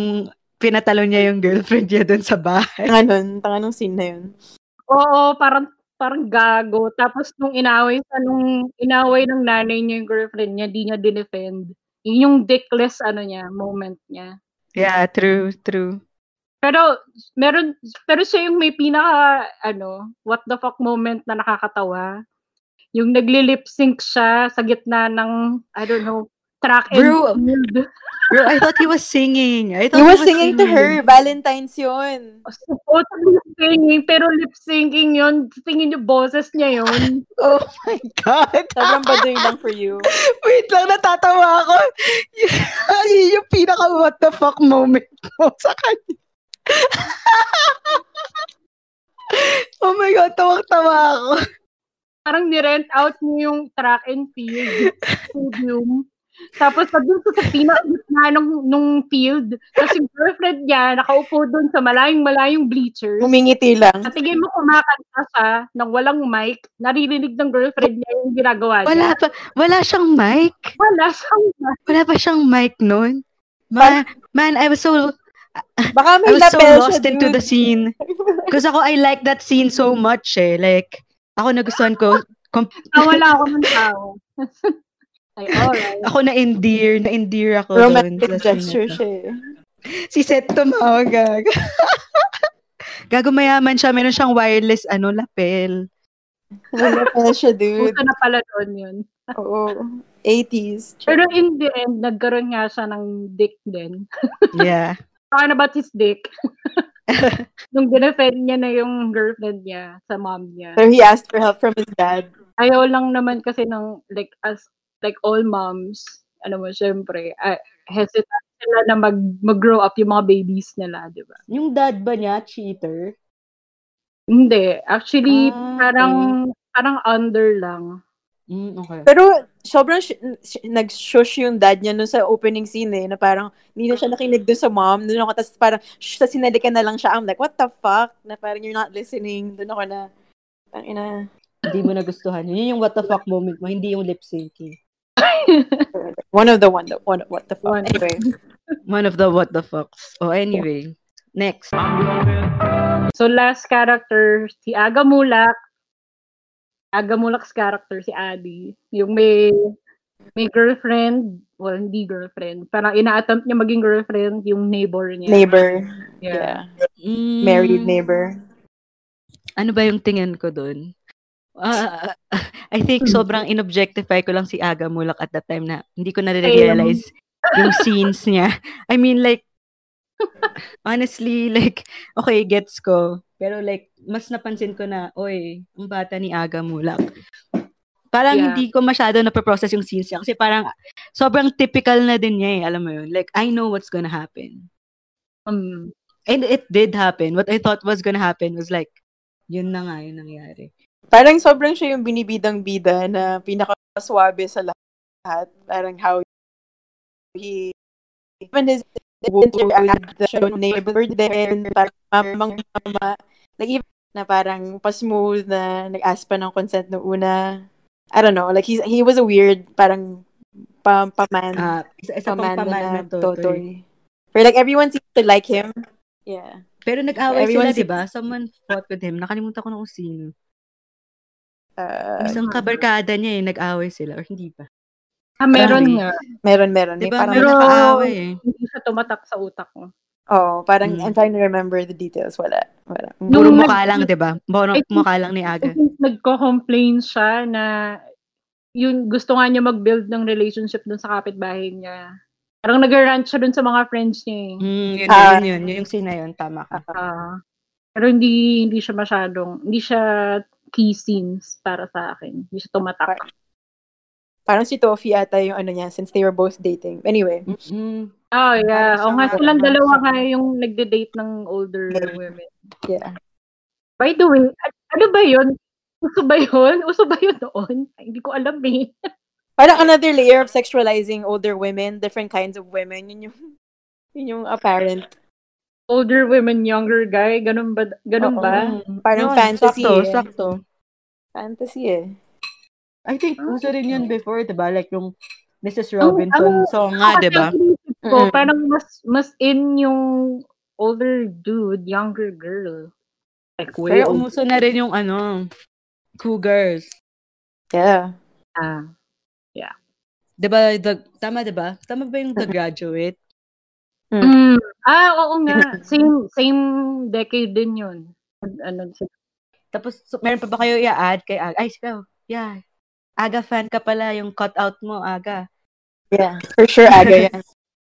pinatalo niya yung girlfriend niya doon sa bahay.
Tanga nun. Tanga nung scene na yun.
oo, parang parang gago. Tapos nung inaway sa nung inaway ng nanay niya yung girlfriend niya, di niya dinefend. Yun yung dickless ano niya, moment niya.
Yeah, true, true.
Pero meron pero siya yung may pinaka ano, what the fuck moment na nakakatawa. Yung nagli-lip sync siya sa gitna ng I don't know, track and
Bro,
field.
Bro, I thought he was singing. I
He
thought
was singing to her. Valentine's yun.
Supposedly singing, pero lip syncing yun. Tingin niyo boses niya yun.
Oh my God.
Sobrang baduy lang for you.
Wait lang, natatawa ako. Yun yung pinaka what the fuck moment ko sa kanya. oh my God, tawang-tawa ako.
Parang ni-rent out niya yung track and field stadium. Tapos pag dun sa pinaka gitna nung, nung field, tapos yung girlfriend niya nakaupo dun sa malayong-malayong bleachers.
Humingiti lang.
Natigay mo kumakanta siya ng walang mic, naririnig ng girlfriend niya yung ginagawa niya.
Wala pa, wala siyang mic.
Wala siyang
Wala pa siyang mic noon. Man, man, I was so
Baka
I
may
was so
lapel siya,
lost into
dude.
the scene. Because ako, I like that scene so much eh. Like, ako nagustuhan ko, com-
Nawala ah, ako ng tao. Ay, alright.
ako na-endear, na-endear ako doon.
Romantic
sa scene
gesture
na to.
siya eh.
Si Seth tumawa, gag. Gago mayaman siya, meron siyang wireless, ano, lapel.
May lapel siya, dude.
Puso na pala doon yun.
Oo. 80s.
Pero in the end, nagkaroon nga siya ng dick din.
Yeah.
Talking about his dick. Nung dinefend niya na yung girlfriend niya sa mom niya.
Pero he asked for help from his dad.
ayaw lang naman kasi ng like as like all moms, ano mo syempre, ah, hesitant sila na mag mag-grow up yung mga babies nila, 'di ba?
Yung dad ba niya, cheater?
Hindi, actually
Ah,
parang parang under lang.
Mm, okay.
Pero sobrang sh- sh- nag-shush yung dad niya nun sa opening scene eh, na parang hindi na siya nakinig dun sa mom. Dun ako, tapos parang, shh, tapos sinalikan na lang siya. I'm like, what the fuck? Na parang you're not listening. Dun ako na, tang ina.
Hindi mo nagustuhan. Yun yung what the fuck moment mo, hindi yung lip syncing.
One of the one, the, one what the fuck.
One.
Anyway.
One of the what the fucks. Oh, anyway. Next.
So last character, si Aga Mulak. Aga Mulak's character, si Adi. Yung may, may girlfriend. Well, hindi girlfriend. Parang ina-attempt niya maging girlfriend yung neighbor niya.
Neighbor.
Yeah.
Yeah.
Hmm.
Married neighbor.
Ano ba yung tingin ko doon? Ah, I think sobrang inobjectify ko lang si Aga Mulak at that time na hindi ko nare-realize yung scenes niya. I mean, like, honestly, like, okay, gets ko. Pero like, mas napansin ko na, oy, ang bata ni Aga Mulak. Parang
Yeah.
hindi ko masyado napaprocess yung scenes niya kasi parang sobrang typical na din niya eh, alam mo yun. Like, I know what's gonna happen.
Um,
And it did happen. What I thought was gonna happen was like, yun na nga yung nangyari.
Parang sobrang siya yung binibidang bida na pinakaswabe sa lahat. Parang how he even his would interact with the neighbor there and parang mamang mama. Like even na parang pa-smooth na nag-ask pa ng consent no una. I don't know. Like he's, he was a weird parang pa, paman.
Ah, isa, isa pang
paman na,
paman na totoy.
totoy. Where like everyone seems to like him. Yeah.
Pero nag-away sila,
Everyone
di ba? Someone fought with him. Nakalimutan ko na kung sino.
Uh,
Isang kabarkada niya eh, nag-away sila. Or hindi pa.
ah, meron
Marami.
nga.
meron, meron.
Di
May
ba?
parang,
May
Pero-
nakaaway eh.
Hindi siya tumatak sa utak ko.
oh, parang,
Mm.
I'm trying to remember the details. Wala. Wala.
Puro
Nung
mukha
nag-
lang, di ba? Puro
I think-
mukha lang ni
I
Aga.
think nagko-complain siya na yun, gusto nga niya mag-build ng relationship dun sa kapitbahay niya. Parang nag-rant siya dun sa mga friends niya eh.
Mm, yun,
Ah.
yun, yun, yun. Yung scene na yun, tama ka.
Ah, pero hindi hindi siya masyadong, hindi siya key scenes para sa akin. Hindi siya tumatak.
Parang si Toffee ata yung ano niya since they were both dating. Anyway,
Mm-mm.
Oh, yeah.
Parang siya
O nga,
nga,
silang
parang
dalawa
siya
nga yung nagde-date ng older
Yeah.
women.
yeah.
By the way, a- ano ba yun? Uso ba yun? Uso ba yun noon? Ay, hindi ko alam eh.
Parang another layer of sexualizing older women, different kinds of women. Yun yung, yun yung apparent.
Older women, younger guy? Ganun ba? Ganun
Oo.
ba?
Mm.
Parang
Yun,
fantasy
Sakto,
eh.
sakto.
Fantasy eh.
I think uso rin yun before, di ba? Like yung Mrs.
Ang-
Robinson
ang-
song nga, diba?
kasi
di ba?
ang iniisip ko,
Mm-mm.
parang mas, mas in yung older dude, younger girl. Like, way
Pero
older.
umuso na rin yung ano, Cougars.
Yeah.
Ah.
Di ba, Diba, the, tama di ba? Tama ba yung The Graduate?
Mm. Ah, oo nga. Same, same decade din yun. Ano, si-
Tapos, so, meron pa ba kayo i-add kay Aga? Ay, ikaw. Yeah. Aga fan ka pala yung cutout mo, Aga.
Yeah. For sure, Aga yan.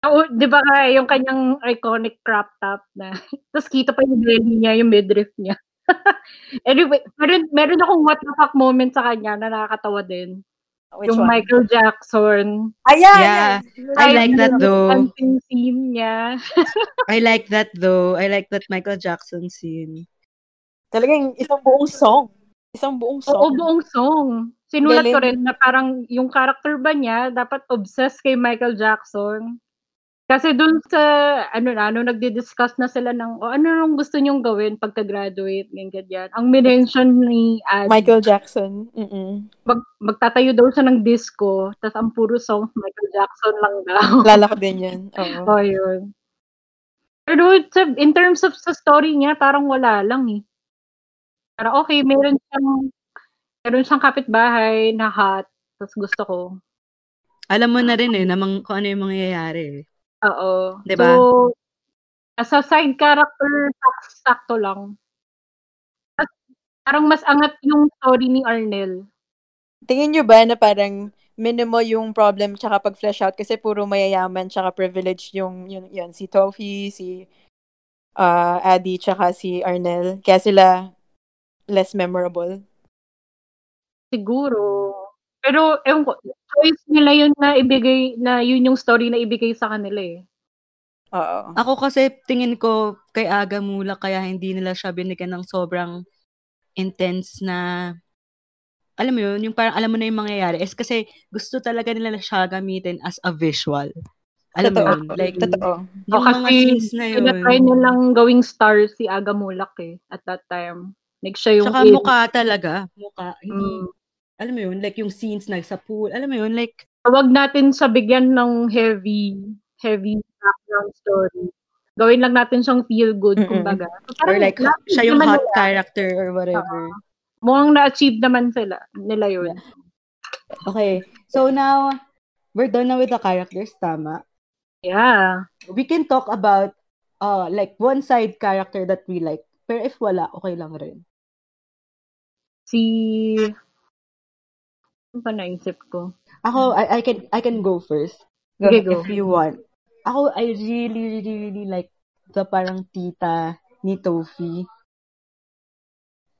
Oo, di ba ka, yung kanyang iconic crop top na. Tapos kita pa yung belly niya, yung midriff niya. anyway, meron, meron akong what the fuck moment sa kanya na nakakatawa din.
Which
yung
one?
Michael Jackson.
Ah, yeah,
Yeah.
yeah.
I like that though.
Dancing scene niya.
I like that though. I like that Michael Jackson scene.
Talagang isang buong song. Isang buong song.
Oo, buong song. Sinulat ko rin
Galing.
na parang yung character ba niya dapat obsessed kay Michael Jackson. Kasi dun sa, ano na, ano, nagdi-discuss na sila ng, o ano nung gusto niyong gawin pagka-graduate, ganyan, ganyan. Ang minention ni Adi,
Michael Jackson. Mm-mm.
mag- magtatayo daw siya ng disco, tas ang puro songs Michael Jackson lang daw.
Lala ko din yun. Oo.
Oh, yun. Pero sa, in terms of sa story niya, parang wala lang eh. Parang okay, meron siyang meron siyang kapitbahay na hot, tapos gusto ko.
Alam mo na rin eh, namang kung ano yung mangyayari. eh.
Oo.
Diba?
So, as a side character, sak- sakto lang. Mas, parang mas angat yung story ni Arnel.
Tingin nyo ba na parang minimal yung problem tsaka pag flesh out kasi puro mayayaman tsaka privilege yung yun, yun si Toffee, si uh, Adi tsaka si Arnel. Kaya sila less memorable.
Siguro. Pero, ewan ko, choice nila yun na ibigay, na yun yung story na ibigay sa kanila eh.
Oo.
Ako kasi tingin ko kay Aga Mula kaya hindi nila siya binigyan ng sobrang intense na alam mo yun, yung parang alam mo na yung mangyayari is kasi gusto talaga nila siya gamitin as a visual. Alam mo
Totoo.
yun? Like,
Totoo.
yung
O, kasi
mga scenes na yun.
Pinatry nilang gawing star si Aga Mulak eh, at that time. Like, siya yung...
Tsaka
aid.
mukha talaga. Mukha. Hindi,
Mm.
alam mo yun, like yung scenes na sa pool. Alam mo yun, like,
Huwag natin siya bigyan ng heavy, heavy background story. Gawin lang natin siyang feel good,
Mm-mm.
kumbaga. So,
or
parang
like,
na-achieve
siya yung
naman
hot
nila.
character or whatever.
Mukhang na-achieve naman sila, nila yun.
Okay. So now, we're done na with the characters, tama?
Yeah.
We can talk about uh like one side character that we like. Pero if wala, okay lang rin.
Si... Ano pa naisip ko?
Ako, I, I can I can go first.
Go ahead, go.
If you want. Ako, I really, really, really like the parang tita ni Tofi.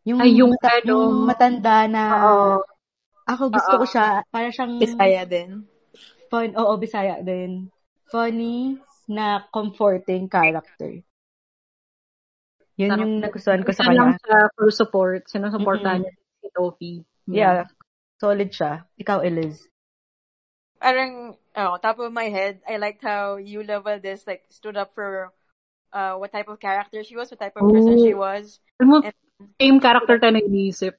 Yung,
Ay, yung
mata-
ano.
yung matanda na
Oo.
ako gusto
Oo.
ko siya. Para siyang
Bisaya din.
fun. Oo, Bisaya din. Funny na comforting character. Yun
Sarap.
yung nagustuhan ko sa
Isa lang
kanya.
siya for support. Sinusuportahan
Mm-mm.
niya si Tofi.
Yeah. Solid siya. Ikaw, Eliz.
Parang, oh, top of my head, I liked how Yula Valdez like stood up for uh, what type of character she was, what type of
Oh.
person she
Ooh.
was.
Alam mo,
And-
same character tayo nag-iisip.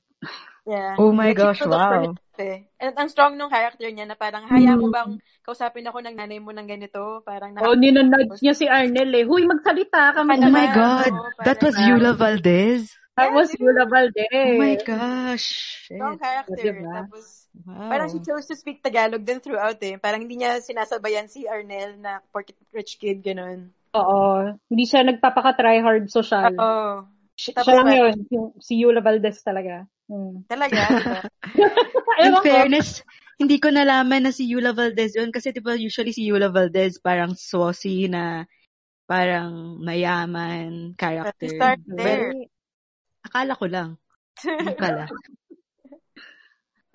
Yeah.
Oh my
Like, she
gosh,
stood up for
wow.
herself eh. And ang strong nung character niya na parang, haya mo
Mm.
bang kausapin ako ng nanay mo ng ganito? Parang
Oh,
nakaka-
ninanad niya si Arnel eh. Huy, magsalita ka.
Baka
Oh my
naman,
magsalita.
God.
oo,
That was
parang-
Yula Valdez?
That
Yeah,
was
dude.
Yula Valdez.
Oh my gosh.
Strong
Shit.
character.
Diba?
Tapos, parang she
Wow.
chose to speak Tagalog din throughout eh. Parang hindi niya sinasabayan si Arnel na porkit rich kid, ganun.
Oo. Hindi siya nagpapaka-try hard social.
Oo.
Si-
Tapos
siya lang
pa-
yun. yung- Si Yula Valdez talaga. Mm.
Talaga, diba?
In
Ewan ko.
fairness, hindi ko nalaman na si Yula Valdez yun kasi 'di ba usually si Yula Valdez parang saucy na parang mayaman
But we
character.
start
But
there.
akala ko lang. Hindi pala.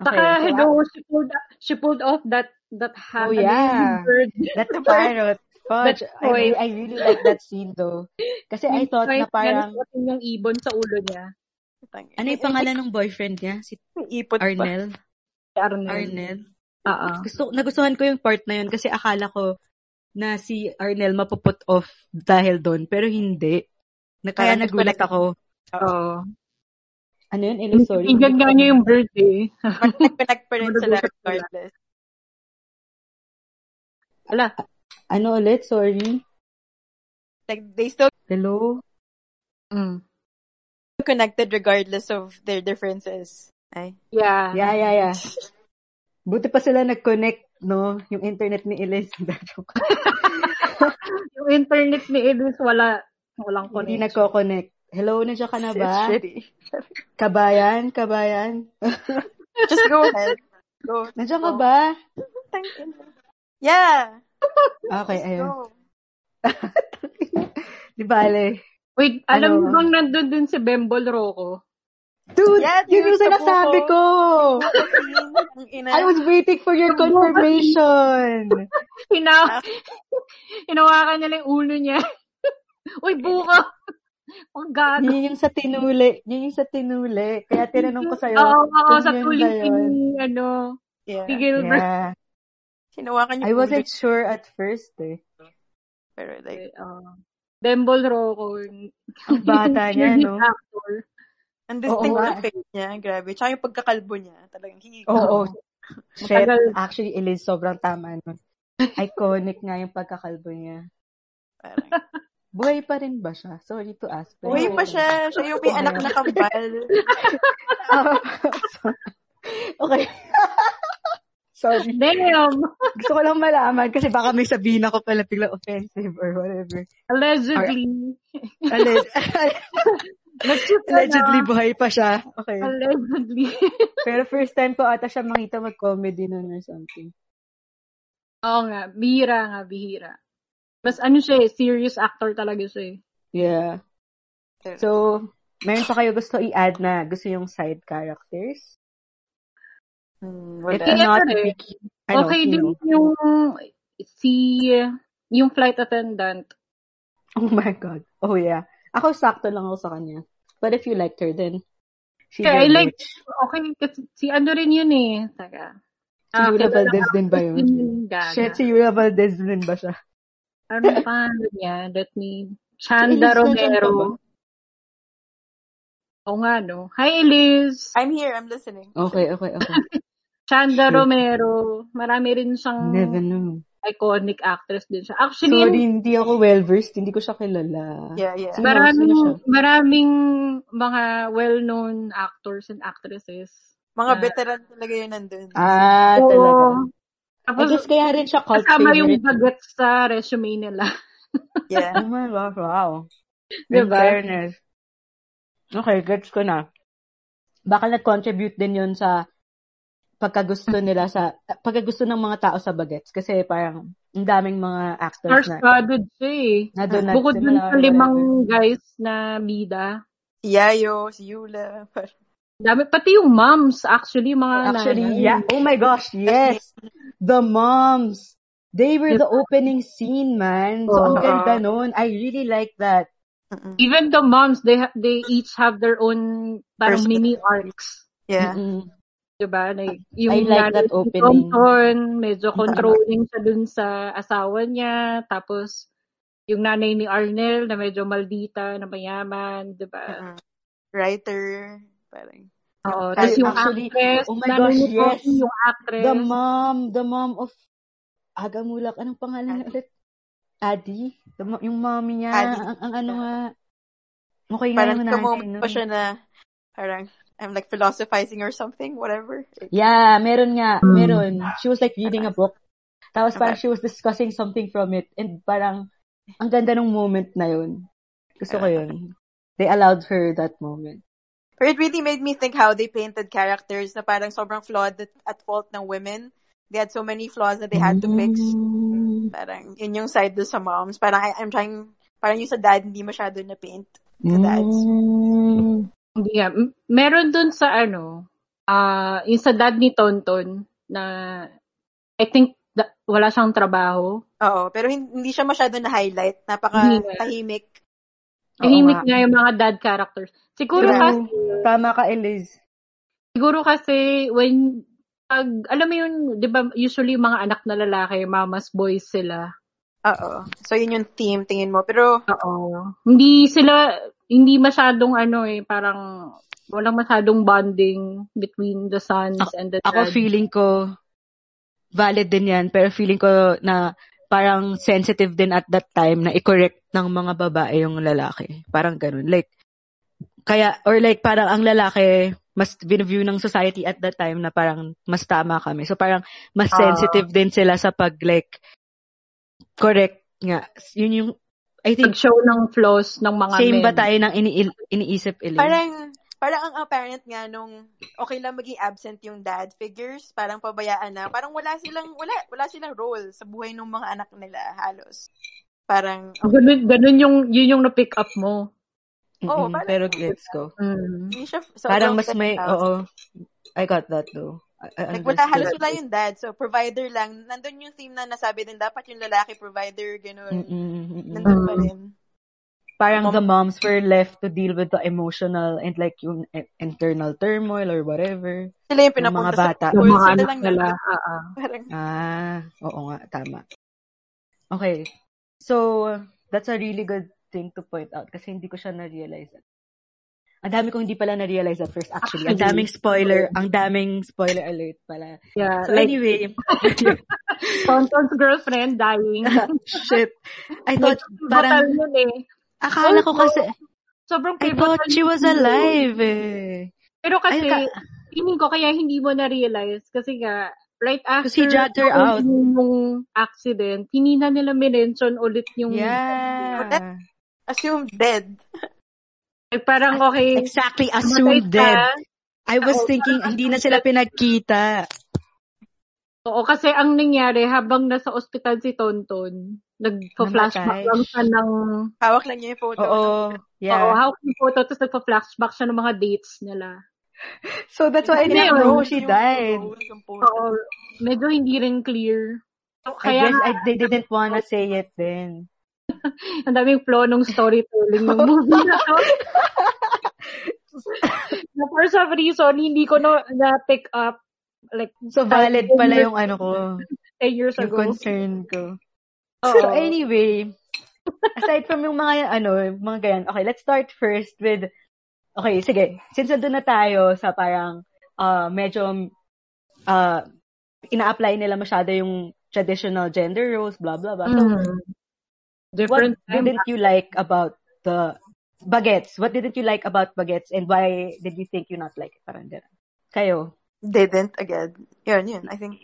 Okay, so
Saka, hello, she pulled, she pulled off that, that hat.
Oh,
ano yun, yung
yeah.
bird.
That
the bird.
parrot. Fudge.
That
I, re-
toy.
I really like that scene though. Kasi I
Yung
thought
toy
na
na
parang,
nasuotin yung ibon sa ulo niya.
ano yung pangalan ng boyfriend niya? Si
Ipot pa.
Arnel?
Si Arnel. Ah,
Arnel?
Oo.
Gusto, nagustuhan ko yung part na yun kasi akala ko na si Arnel mapuput off dahil doon. Pero hindi. Na, kaya
Kaya
nagulat
nagpala-
ako.
Oh.
Oo.
Ano yun? Elo, sorry.
Pinigyan nga niya yung bird eh.
Nagpanag pa rin sila
Nagulat sila.
regardless.
Ala,
Ano ulit? Sorry.
Like, they still
Hello?
Mm.
connected regardless of their differences. Ay.
Yeah.
Yeah, yeah, yeah. Buti pa sila nag-connect, no? Yung internet ni Eliz.
Yung internet ni Edwin wala walang
Hindi
connection.
nagko-connect. Hello, nandiyan ka na
It's
ba?
shitty.
Kabayan, kabayan.
Just go ahead. Go.
Nandiyan ka
Go.
ba?
Tang ina. Yeah.
Okay,
Just
ayun.
go.
Di bale.
Wait, alam
Ano?
mo bang nandun din si Bembol Roco?
Dude,
Yeah,
yun
dude,
yung sinasabi ko.
tabuko. Ang
Oh.
ina.
I was waiting for your
Tabuko.
confirmation.
Hinaw hinawakan niya lang yung ulo niya. Uy, buko! Ang gago.
Yun yung sa tinuli. Yun yung sa tinuli. Kaya tinanong ko sa'yo,
Oo, oo,
kung
sa
yun ba
tuling si,
yun?
ano, si
Yeah.
Gilbert.
Yeah.
Sinawakan
I
yung ulo.
wasn't sure at first eh.
Pero like,
Oo. Bembol Roco.
Ang bata niya, no?
Actor.
ang
Oo
distinct
nga.
na face niya. Grabe. Tsaka yung pagkakalbo niya. Talagang higit.
Oo. Oh, Shit.
Matagal.
Actually, Eliz, sobrang tama nun. Iconic nga yung pagkakalbo niya.
Parang.
Buhay pa rin ba siya? Sorry to ask. pero
Uy,
buhay pa
pa
rin.
siya. Siya
Oh.
yung may anak na kambal.
Ah, so- okay. Sorry.
Damn!
Gusto ko lang malaman kasi baka may sabihin ako pala biglang offensive or whatever.
Allegedly.
Alleg-
Let's just,
Allegedly,
ano,
buhay pa siya. Okay.
allegedly.
Pero first time ko ata siya makita mag-comedy nun or something.
Oo nga, bihira nga, bihira. Mas ano siya eh, serious actor talaga siya eh.
Yeah. So, meron pa kayo gusto i-add na gusto yung side characters?
Hmm,
If
wala.
Yes,
not,
sir, eh.
we keep... Ano,
okay din
sino?
yung si yung flight attendant.
Oh my God. Oh yeah. Ako sakto lang ako sa kanya. But if you liked her, then She
Kaya I
did
like,
it.
okay, kasi si ano rin yun eh. Ah, Taka.
Si Yura Valdez din ba yun? Shit,
Shit.
si Yura Valdez din ba siya?
Ano pa niya? Let me... Chanda
Elise nandiyan pa ba?
Romero. Oo nga, no? Hi, Elise!
I'm here. I'm listening.
Okay, okay, okay.
Chanda
Shit.
Romero. Marami rin siyang
Never know.
iconic actress din siya. Actually,
Ah. Sorry, hindi ako well-versed. Hindi ko siya kilala.
Yeah, yeah.
Sino, sino siya?
maraming, maraming mga well-known actors and actresses.
Mga
Ah.
veteran talaga yun nandun.
Ah, talaga.
Oo.
I
Tapos,
guess kaya rin siya cult
kasama yung
favorite.
bagat sa resume nila.
Yeah.
Oh my gosh, wow. In
Diba?
fairness. Okay, gets ko na. Baka nag-contribute din yun sa pagkagusto nila sa pagkagusto ng mga tao sa bagets kasi parang ang daming mga actors na
Star-studded siya eh.
na doon na
Bukod dun sa limang guys na bida,
Si Yayo, si Yula.
dami, pati yung moms actually, mga
Actually,
nanay.
yeah. Oh my gosh, yes. The moms. They were the opening scene, man. So, ang
Oo.
ganda nun. I really like that.
Mm-mm.
Even the moms, they ha- they each have their own parang
Person.
mini arcs.
Yeah.
Mm-mm.
Diba? Like,
I
yung
like that
nanay ni
opening.
Thompson, medyo controlling siya dun sa asawa niya. Tapos, yung nanay ni Arnel na medyo maldita, na mayaman, diba?
Mm-mm. Writer. Parang.
Oo.
Ay,
Tapos yung
actually,
actress,
oh my
nanay
gosh,
ni Poppy,
yes.
yung actress.
The mom, the mom of Agamulak. Anong pangalan niya
Adi.
ulit? Adi? The mo- yung mommy niya.
Adi.
Ang, ang ano nga. Okay nga
Parang
yung
ka
nanay
moment
nun.
pa siya na parang I'm like philosophizing or something, whatever.
Yeah, meron nga.
Hmm.
Meron. She was like reading a book. Tapos parang she
Okay.
was discussing something from it. And parang, ang ganda ng moment na yun. Gusto ko yun. They allowed her that moment.
But it really made me think how they painted characters na parang sobrang flawed at, at fault ng women. They had so many flaws that they had to fix.
Mm.
Parang yun yung side do sa moms. Parang I, I'm trying, parang yung sa dad hindi masyado na paint. Sa dads.
Mm.
Yeah. M- Meron dun sa ano, ah yung sa dad ni Tonton na I think da- wala siyang trabaho.
Oo, pero hin- hindi siya masyado na highlight.
Hindi
Napaka
nga.
tahimik.
Tahimik
nga.
nga yung mga dad characters. Siguro
Diba?
kasi,
Tama ka, Elise.
siguro kasi when pag, alam mo yun, di ba, usually yung mga anak na lalaki, mama's boys sila.
Oo. So yun yung theme tingin mo. Pero
Oo. Hindi sila, hindi masyadong ano eh, parang, walang masyadong bonding between the sons and the
Ako
dad.
feeling ko, valid din yan, pero feeling ko na parang sensitive din at that time na i-correct ng mga babae yung lalaki. Parang ganun. Like, kaya, or like parang ang lalaki, mas binview ng society at that time na parang mas tama kami. So parang mas
Ah.
sensitive din sila sa pag like, correct nga. Yun yung, I think,
Pag-show ng flaws ng mga
same
men.
ba tayo ng ini- iniisip, Elaine?
parang, parang ang apparent nga nung okay lang maging absent yung dad figures, parang pabayaan na. Parang wala silang, wala, wala silang role sa buhay ng mga anak nila halos. Parang,
Ganun, ganun yung, yun yung na-pick up mo.
Oo,
Mm-mm,
parang-
pero gets ko.
Mm.
hindi siya
Parang
sobrang
mas may,
out.
oo. I got that though. I, I
Like, wala, halos
understood.
wala yung dad. So, provider lang. Nandun yung theme na nasabi din, dapat yung lalaki provider, ganun.
Mm-mm, mm-mm.
Nandun
Mm.
pa rin.
parang
Mom-
the moms were left to deal with the emotional and like yung e- internal turmoil or whatever
Sila
ng
yung
mga
pinapunta sa
bata.
Yung
world.
mga
Sila
anak
lang
nila.
nandun.
ah, ah.
Parang,
Ah, oo nga, tama. Okay. So, that's a really good thing to point out kasi hindi ko siya na-realize. Ang dami kong hindi pala na-realize at first actually. Ah, Ang
Actually,
daming spoiler, ang daming spoiler alert pala.
Yeah,
So
like,
anyway,
Tonton's girlfriend dying.
shit. I
Medyo
thought
pivotal
parang
yun eh.
akala ko
Oh, no.
kasi
Sobrang
I
pivotal.
thought she
yun
was
eh.
alive. Eh.
Pero kasi,
Ay, ka-
feeling ko kaya hindi mo na-realize kasi nga, right
Because he
after
dragged her out.
yung accident, hindi na nila minention ulit
Mm.
yung
Yeah.
assumed dead.
like, parang okay,
Exactly,
namatay
assumed
siya.
dead. I was
Oo,
thinking,
parang
hindi na
assumed
sila pinagkita.
Oo, kasi ang nangyari habang nasa ospital si Tonton,
Namatay.
nagpa-flashback lang siya ng
Hawak lang niya yung photo.
Oo,
Oo,
yeah.
hawak yung photo, tapos nagpa-flashback siya ng mga dates nila.
So that's why I
Hindi,
didn't
yun.
know oh, she died.
Yung, yung photo.
Oo, medyo hindi rin clear. So,
I
kaya
guess
nga,
I, they didn't wanna say it then.
ang daming flow nung storytelling ng movie na to. na for some reason, hindi ko na, na pick up like
So, valid
Ten
pala
years-
yung ano ko,
10 years
yung
ago.
concern ko.
Oo.
So, anyway, aside from yung mga, ano, mga ganyan, okay, let's start first with, okay, sige, since nandun na tayo sa parang, uh, medyo, uh, ina-apply nila masyado yung traditional gender roles, blah, blah, blah. So,
Mm. Different
what didn't you like about the baguettes? What didn't you like about baguettes and why did you think you not like it? Parang ganun. Kayo.
Didn't again. Yun, yun. I think.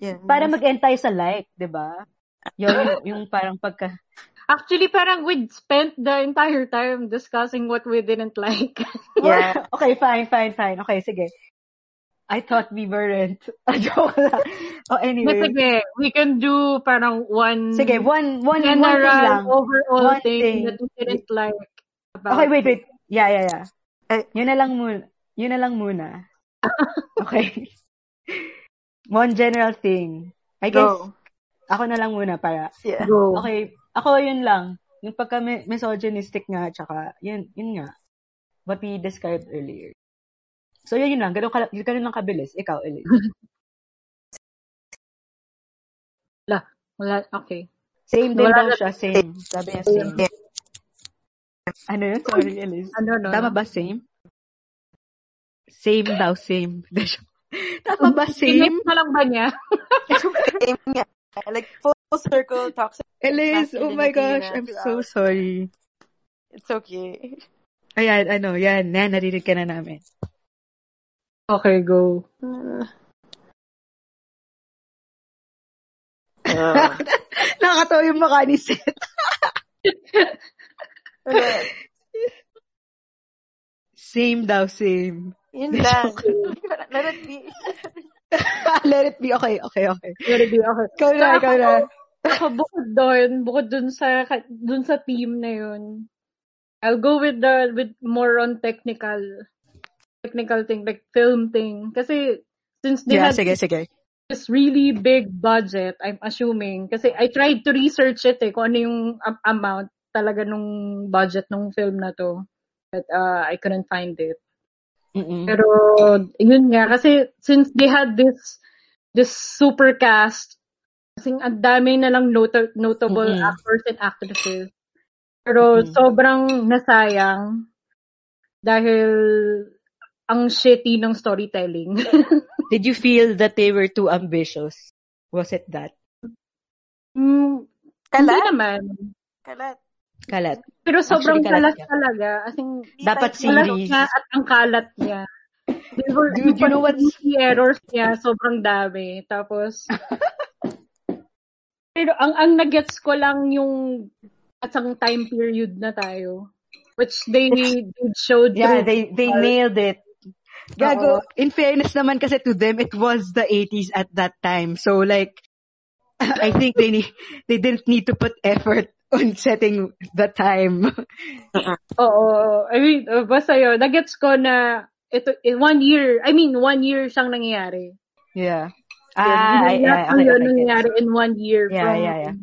Yun.
Para
Mm.
mag-end tayo sa like, di ba? Yung, yung, yung parang pagka...
Actually, parang we spent the entire time discussing what we didn't like.
Yeah.
okay, fine, fine, fine. Okay, sige. I thought we weren't. A joke lang. Oh,
But
anyway. Sige,
sige, we can do parang one
one, one,
general
one thing lang.
overall
One
thing,
thing.
that we didn't like about
Okay, wait, wait. Yeah, yeah, yeah.
Eh.
Yun na lang muna. Yun na lang muna. Okay. One general thing. I guess,
Go.
ako na lang muna para.
Yeah.
Go.
Okay, ako yun lang. Yung pagka mi- misogynistic nga, tsaka, yun, yun nga. What we described earlier. So, yun, yun lang. Ganun, ka, ganun lang kabilis. Ikaw, Elise.
Wala, okay.
Same din
Wala
daw
na-
siya, same. Sabi niya, same.
Yeah.
Ano yun? Sorry, Elise.
Ano no?
Tama ba, same? Same daw, same. Tama ba, same?
Kinip na lang ba niya?
Same, yeah. Like full circle toxic.
Elise, oh my
Masculinity
gosh,
na
I'm so
throughout.
sorry.
It's okay.
Ayan, ano, yan, na, narinig ka na namin.
Okay, go. Mm.
Uh,
Nakakatawa yung mukha ni Seth. Same daw, same.
yun lang. Let it be.
Let it be, okay, okay, okay.
Very good, okay.
Ikaw na, ikaw na.
Saka bukod doon, bukod dun sa dun sa team na yun, I'll go with the with more on technical technical thing like film thing kasi since they
Yeah,
had
sige, sige.
this really big budget, I'm assuming kasi I tried to research it eh kung ano yung am- amount talaga nung budget nung film na to but uh, I couldn't find it.
Mm-mm.
Pero yun nga kasi since they had this this super cast kasi ang dami na lang noto- notable
Mm-mm.
actors and actresses. Pero
Mm-mm.
sobrang nasayang dahil ang shitty ng storytelling.
Did you feel that they were too ambitious? Was it that?
Hmm, hindi
Kalat.
naman.
Kalat.
Kalat.
Pero sobrang
Actually, kalat
kalat
niya.
talaga. I think
Dapat
kalat
series.
niya at ang kalat niya. They were,
Dude, you know what's-
continuity errors niya, sobrang dami. Tapos, pero ang, ang nagets ko lang yung at ang time period na tayo. Which they did show
Yeah,
through.
they they
Sorry.
nailed it. Gago,
Oo.
in fairness naman kasi to them, it was the 80s at that time. So like, I think they need, they didn't need to put effort on setting the time.
Oo. I mean, uh, basta yun. Nagets ko na ito, eh, one year, I mean, one year siyang nangyayari.
Yeah.
Yun,
Ah, ay,
yung
ay,
lahat ng
okay,
yun
okay,
nangyayari in one year
Yeah,
from
yeah, yeah.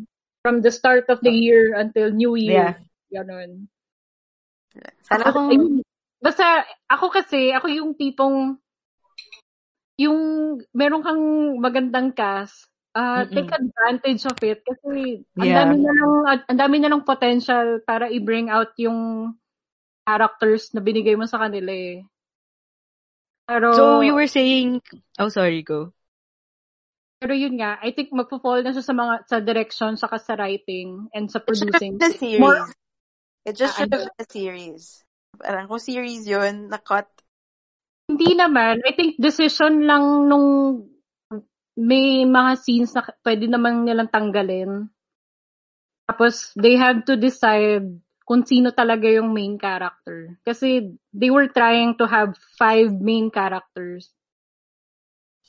from the start of the year until New
Yeah.
Year. Ganon.
Sana
Ako,
Ayun. Basta, ako kasi, ako yung tipong, yung meron kang magandang cast, ah,
Mm-mm.
take advantage of it kasi ang
Yeah.
dami na lang ang- ang dami na lang potential para i-bring out yung characters na binigay mo sa kanila eh. Pero
so you were saying, oh sorry, go.
pero yun nga, I think magpo-fall na siya sa mga sa direction saka sa writing and sa
It should have
producing.
been a series.
More-
It just
ano.
Ah,
should have been a series. Parang kung series yun, nakat.
Hindi naman, I think decision lang nung may mga scenes na pwede naman nilang tanggalin. Tapos they had to decide kung sino talaga yung main character. Kasi they were trying to have five main characters.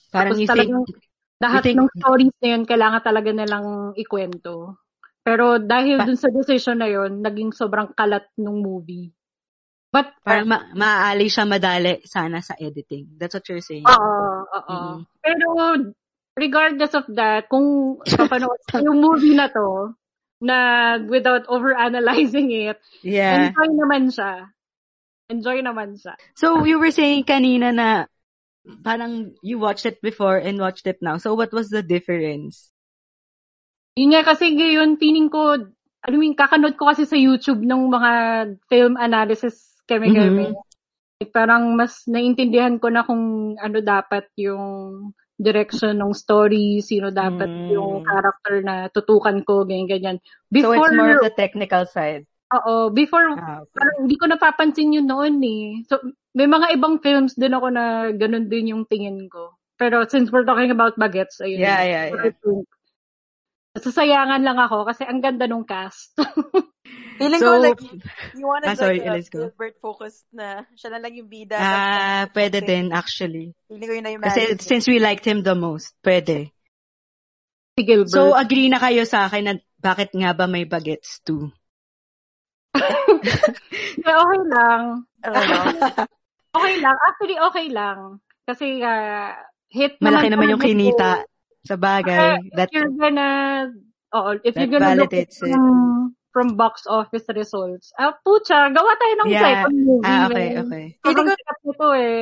Parang
Tapos
you think,
talagang lahat
think-
ng stories na yun, kailangan talaga nilang ikwento. Pero dahil dun sa decision na yun, naging sobrang kalat nung movie. But,
parang ma- maaali siya madali sana sa editing. That's what you're saying.
ah, oo, oo.
Mm-mm.
Pero, regardless of that, kung papanood ko yung movie na to, na without overanalyzing it,
yeah.
enjoy naman siya. Enjoy naman siya.
So you were saying kanina na parang you watched it before and watched it now. So what was the difference?
Yun nga kasi ngayon, feeling ko, I mean, kakanood ko kasi sa YouTube ng mga film analysis
Mm-hmm.
keme-keme. Eh, Parang mas naintindihan ko na kung ano dapat yung direction ng story, sino dapat
Mm.
yung character na tutukan ko, ganyan-ganyan.
So it's
Before,
more of the technical side.
oo, before
Ah, okay.
parang hindi ko napapansin yun noon eh. So, may mga ibang films din ako na ganun din yung tingin ko. Pero since we're talking about baguettes, ayun.
Yeah, yeah, yeah.
Nasasayangan lang ako kasi ang ganda nung cast.
Feeling
So-
ko like, you- you want
Ah,
to
sorry,
like, uh,
Elise, go.
Gilbert focus na siya na lang yung bida.
Ah,
Tapos,
pwede
kasi
din actually.
Feeling ko yun na yung
Kasi
magic.
since we liked him the most, pwede.
si Gilbert.
So agree na kayo sa akin na bakit nga ba may bagets too?
Eh, okay lang.
I don't know.
Okay lang. Actually, okay lang. Kasi ah, hit
Malaki naman yung
talaga
kinita
yun.
sa
Ah,
Kaya
bagay. That
if you're gonna, oo, if
that
you're gonna look at
validates it.
from, from box office results, ah, pucha, gawa tayo ng
Yeah.
second movie.
ah, okay,
man.
okay.
Sobrang
Feeling ko-
sikat nito eh.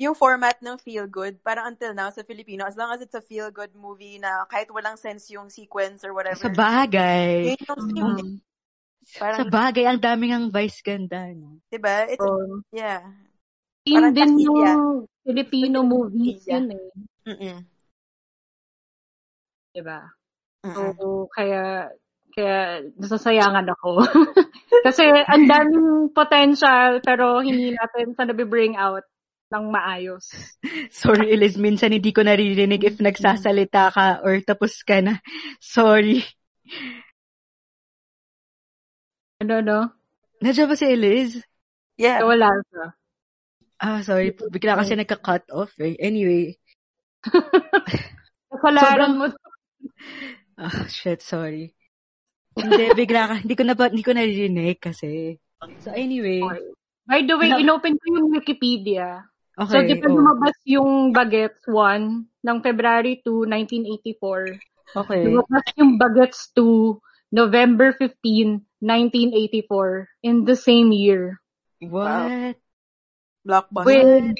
yung format ng feel good, parang until now sa Filipino, as long as it's a feel good movie na kahit walang sense yung sequence or whatever.
Sa bagay.
Yun yung thing.
Mm.
Parang,
Sa bagay, ang daming ang vice ganda. No?
diba? It's,
Oh.
So,
yeah.
yun
Parang
din
kasi,
yung
yeah.
Filipino
Filipino
movies
yeah.
yun eh.
Mm-mm.
Diba?
Mm-mm.
So, kaya, kaya nasasayangan ako. Kasi ang daming potential pero hindi natin sa nabibring out ng maayos.
Sorry, Elis, minsan hindi ko naririnig if nagsasalita ka or tapos ka na. Sorry.
Ano, no?
Nadya ba si Elis?
Yeah.
So, wala siya.
Ah, sorry. Bigla kasi nagka-cut off eh. Anyway.
Kasalanan mo.
Ah, shit, sorry. Hindi, bigla ka. Hindi ko, na, hindi ko naririnig kasi. So anyway.
By the way,
No.
inopen ko yung Wikipedia.
Okay.
So, di pa
oh,
lumabas yung Baguettes 1 ng February 2, 1984.
okay.
Lumabas yung Baguettes 2, November 15, 1984, in the same year.
What?
Blockbuster.
With,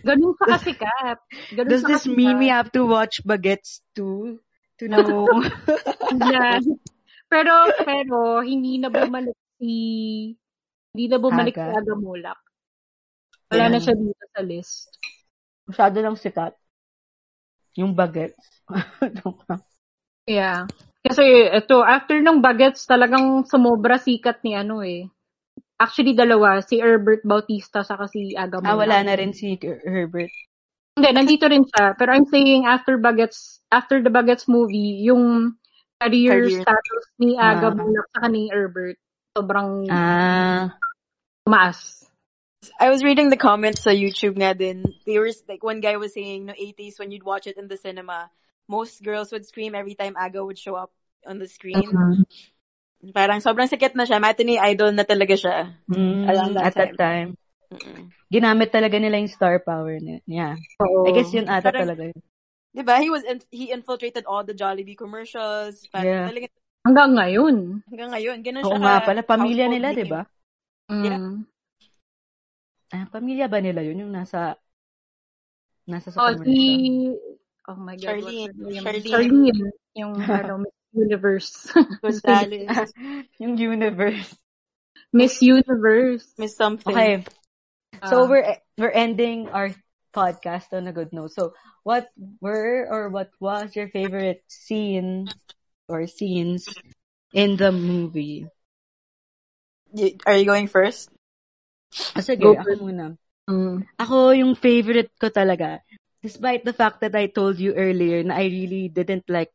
ganun ka kasikat. Ganun
Does
ka
this
kasikat.
mean we have to watch Baguettes too? To know.
Yeah. pero, pero, hindi na bumalik si, hindi na bumalik si
Aga.
Agamulak. Wala na siya dito sa list.
Masyado lang sikat. Yung bagets.
Yeah. Kasi, ito, after ng Bagets, talagang sumobra sikat ni ano eh. Actually, dalawa. Si Herbert Bautista, saka si Agamulak.
ah, wala na rin si Herbert.
Hindi, nandito rin siya. Pero I'm saying after Bagets, after the Bagets movie, yung career,
Career.
status ni
Ah.
Aga Bulak sa ni Herbert, sobrang
Ah.
tumaas.
I was reading the comments on YouTube nga din. They were, like, one guy was saying, no, 80s, when you'd watch it in the cinema, most girls would scream every time Aga would show up on the screen.
Mm-hmm. Hmm.
Parang sobrang sikat na siya. Matinee idol na talaga siya.
Mm,
Around that
at that time.
Mm-mm.
Ginamit talaga nila yung star power niya. Yeah. I guess yun ata
Parang-
talaga yun.
Diba? He was in, he infiltrated all the Jollibee commercials. Parang
Yeah.
talaga
Hanggang ngayon.
hanggang ngayon. Ganun
Oo
siya
nga
ka-
pala, pamilya
household
nila,
name.
di ba?
Mm.
Yeah.
Ah, pamilya ba nila yun? Yung nasa, nasa sa
Oh, si...
commercial.
Oh my God.
Charlene.
what's her name?
Charlene.
Charlene. Yung ano, Miss Universe.
Gonzalez.
Yung universe.
Miss Universe.
Miss something.
Okay. So,
Ah.
we're, we're ending our podcast on a good note. So, what were or what was your favorite scene or scenes in the movie?
Y- are you going first?
Ah, sige,
Go
ako
first.
muna.
Mm.
Ako, yung favorite ko talaga, despite the fact that I told you earlier na I really didn't like,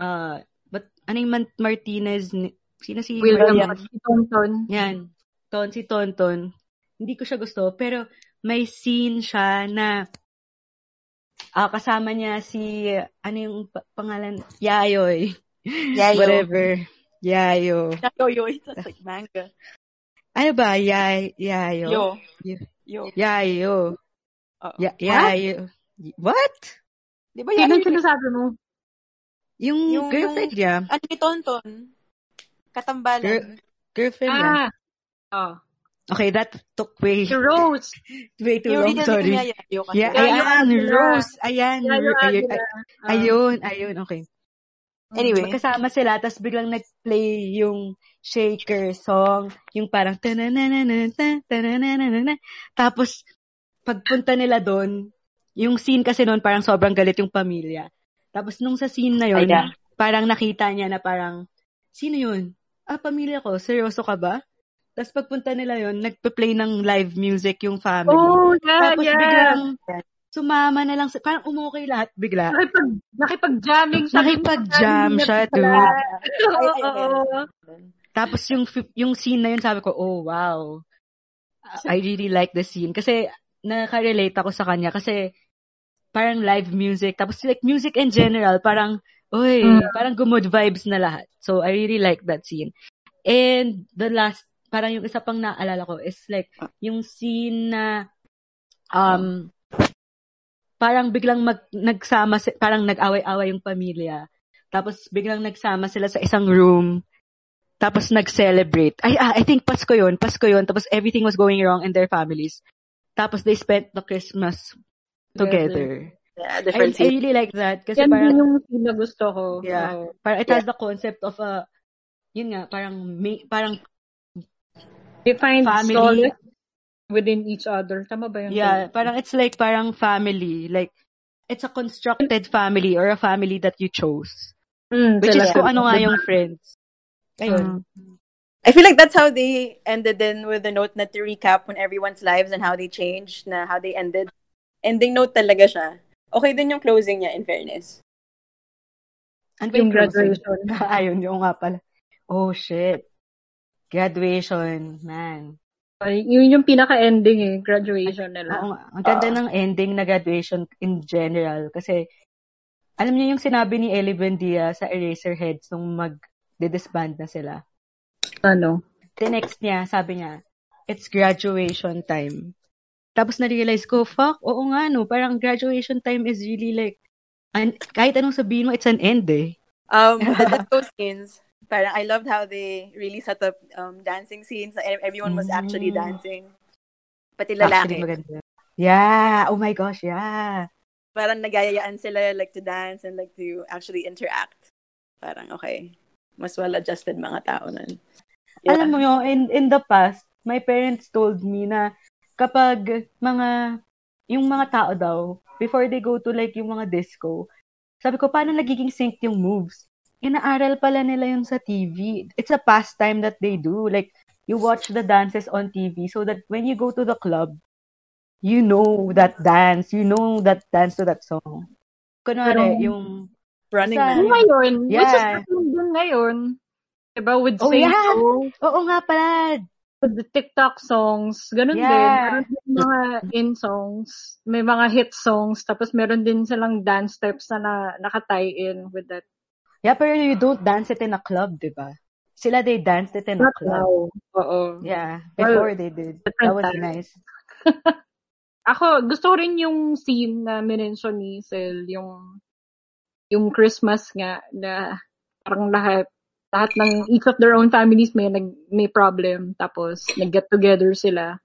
uh, but, anong man, Martinez, ni- sino si
William
Martinez?
Thompson.
Yan.
Mm.
Ton, si Tonton. Hindi ko siya gusto, pero may scene siya na ah, kasama niya si, ano yung pa- pangalan? Yayoy.
Yayo.
Whatever. Yayo.
Yo, yo, it's just like manga.
Ano ba? Yay, yayo?
Yo.
Yo.
Yo.
Yayo.
Oo.
Ya- yayo. What?
Di ba
Sino
yan?
yung sinasabi mo?
Yung,
Yung-
girlfriend niya.
Ano ni Tonton? Katambalan.
Girl- girlfriend niya.
Ah. Oh.
Okay, that took way,
Si Rose.
way too
Yung
long,
original
sorry.
niya, Yayo kasi.
Yeah,
Yayo
ayan,
Aguila.
Rose, ayan,
Yayo
r- Mm. ay-
Aguila.
ay-
Ah,
ayun, ayun, okay.
Anyway.
Magkasama sila, tapos biglang nag-play yung shaker song, yung parang tananananana, tananananana. Tapos, pagpunta nila doon, yung scene kasi noon parang sobrang galit yung pamilya. Tapos nung sa scene na yun,
Ay, da.
parang nakita niya na parang, sino yun? Ah, pamilya ko, seryoso ka ba? Tapos pagpunta nila yun, nagpa-play ng live music yung family.
Oh, yeah,
Tapos
yeah.
biglang sumama na lang, sa, parang umukay lahat bigla.
Nakipag, nakipag-jamming siya.
Nakipag-jam siya,
pala.
dude.
Oo,
Ay, ay,
oo.
Tapos yung fi- yung scene na yun, sabi ko, oh wow. I really like the scene. Kasi nakaka-relate ako sa kanya. Kasi parang live music. Tapos like music in general, parang, oy, parang good vibes na lahat. So I really like that scene. And the last, parang yung isa pang naalala ko is like, yung scene na, um, parang biglang mag, nagsama, si- parang nag-away-away yung pamilya. Tapos biglang nagsama sila sa isang room. Tapos nag-celebrate. Ay, ah, I think Pasko yun, Pasko yun. Tapos everything was going wrong in their families. Tapos they spent the Christmas together.
Yeah,
I, I
different scene.
really like that. Kasi
Yan din
parang,
yung scene na gusto ko.
Yeah.
Oo.
parang it has the concept of a, yun nga, parang, may, parang,
They find
Family.
solace within each other. Tama ba yun?
yeah, parang it's like parang family. Like, it's a constructed family or a family that you chose.
Mm,
Which is
sila-
kung ano nga yung friends.
Mm.
Ayun.
I feel like that's how they ended in with the note na to recap on everyone's lives and how they changed, na how they ended. Ending note talaga siya. Okay din yung closing niya, in fairness.
Ano ba
Yung
closing?
graduation.
Ayun, yung nga pala. Oh, shit. Graduation, man.
Ay, yun yung pinaka-ending eh, graduation nila.
Oo nga. Ang ganda ng ending na graduation in general. Kasi, alam niyo yung sinabi ni Ellie Buendia sa Eraserheads nung mag-disband na sila.
Ano?
tinext niya, sabi niya, it's graduation time. Tapos na-realize ko, fuck, oo nga no, parang graduation time is really like, an, kahit anong sabihin mo, it's an end eh.
Um, the disco scenes, parang I loved how they really set up um, dancing scenes. Like, everyone was actually
Mm.
dancing. Pati
Actually,
lalaki.
maganda. Yeah, oh my gosh, yeah.
Parang nagayayaan sila like to dance and like to actually interact. Parang okay. Mas well-adjusted mga tao nun. Yeah.
Alam mo yun, in, in the past, my parents told me na kapag mga, yung mga tao daw, before they go to like yung mga disco, sabi ko, paano nagiging synced yung moves? Inaaral pala nila yun sa TV. It's a pastime that they do. Like, you watch the dances on TV so that when you go to the club, you know that dance, you know that dance to that song. Kunwari,
Pero-
yung,
Running
Basta-
Man.
Yung ngayon, which is
Yeah.
happening din ngayon. Diba, with
Oh,
Saint
yeah.
Row,
oo nga pala,
with the TikTok songs, ganun
Yeah.
din. Meron din mga in-songs, may mga hit songs, tapos meron din silang dance steps na, na nakatie-in with that.
Yeah, pero you don't dance it in a club, di ba? Sila, they danced it in a
Not
club.
now. Oo.
Yeah,
Well,
before they did.
different
That was
time.
nice.
Ako, gusto ko rin yung scene na minention ni Sel, yung, yung Christmas nga, na parang lahat, lahat ng each of their own families may nag, may problem tapos nag-get together sila.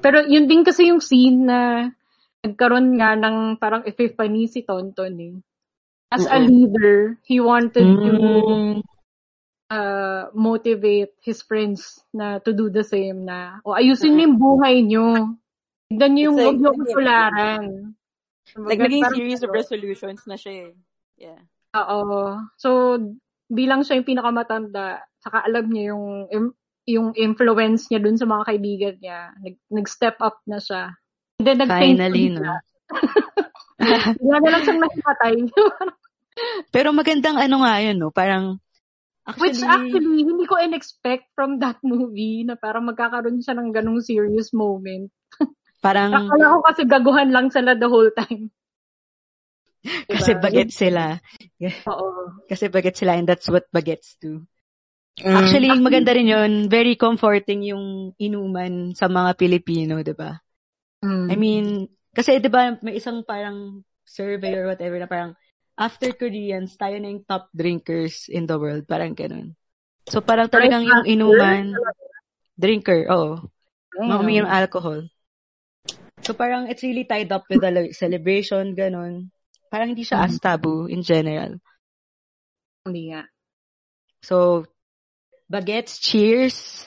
Pero yun din kasi yung scene na nagkaroon nga ng parang epiphany si Tonton eh. As a leader, he wanted
Mm.
to uh, motivate his friends na to do the same na, o ayusin niyo yung buhay niyo. Tignan niyo yung
It's
huwag
like-
niyo akong tularan.
Like, naging
Parang
series of
ganun.
resolutions na siya eh. Yeah.
Oo. So, bilang siya yung pinakamatanda, saka alam niya yung im- yung influence niya dun sa mga kaibigan niya. Nag- Nag-step up na siya. And then, nag-think
Finally, no?
bigla. Bigla na lang siyang nakipatay.
Pero magandang ano nga yun, no? Parang, actually,
Which actually, hindi ko in-expect from that movie na parang magkakaroon siya ng ganong serious moment.
parang,
Akala ko kasi gaguhan lang sila the whole time. Diba?
kasi bagets sila.
Oo.
Kasi bagets sila and that's what bagets do.
Mm.
Actually, maganda rin yun. Very comforting yung inuman sa mga Pilipino, di ba? I
Mm-hmm.
mean, kasi 'di ba may isang parang survey or whatever na parang after Koreans, tayo na yung top drinkers in the world, parang ganun. So parang talagang yung
after?
inuman, Drinker, oo.
Ayun.
Makuminom ng alcohol. So parang it's really tied up with the like, celebration, ganun. Parang hindi siya as
Mm-hmm.
taboo in general.
Hindi nga.
So, baguettes, cheers.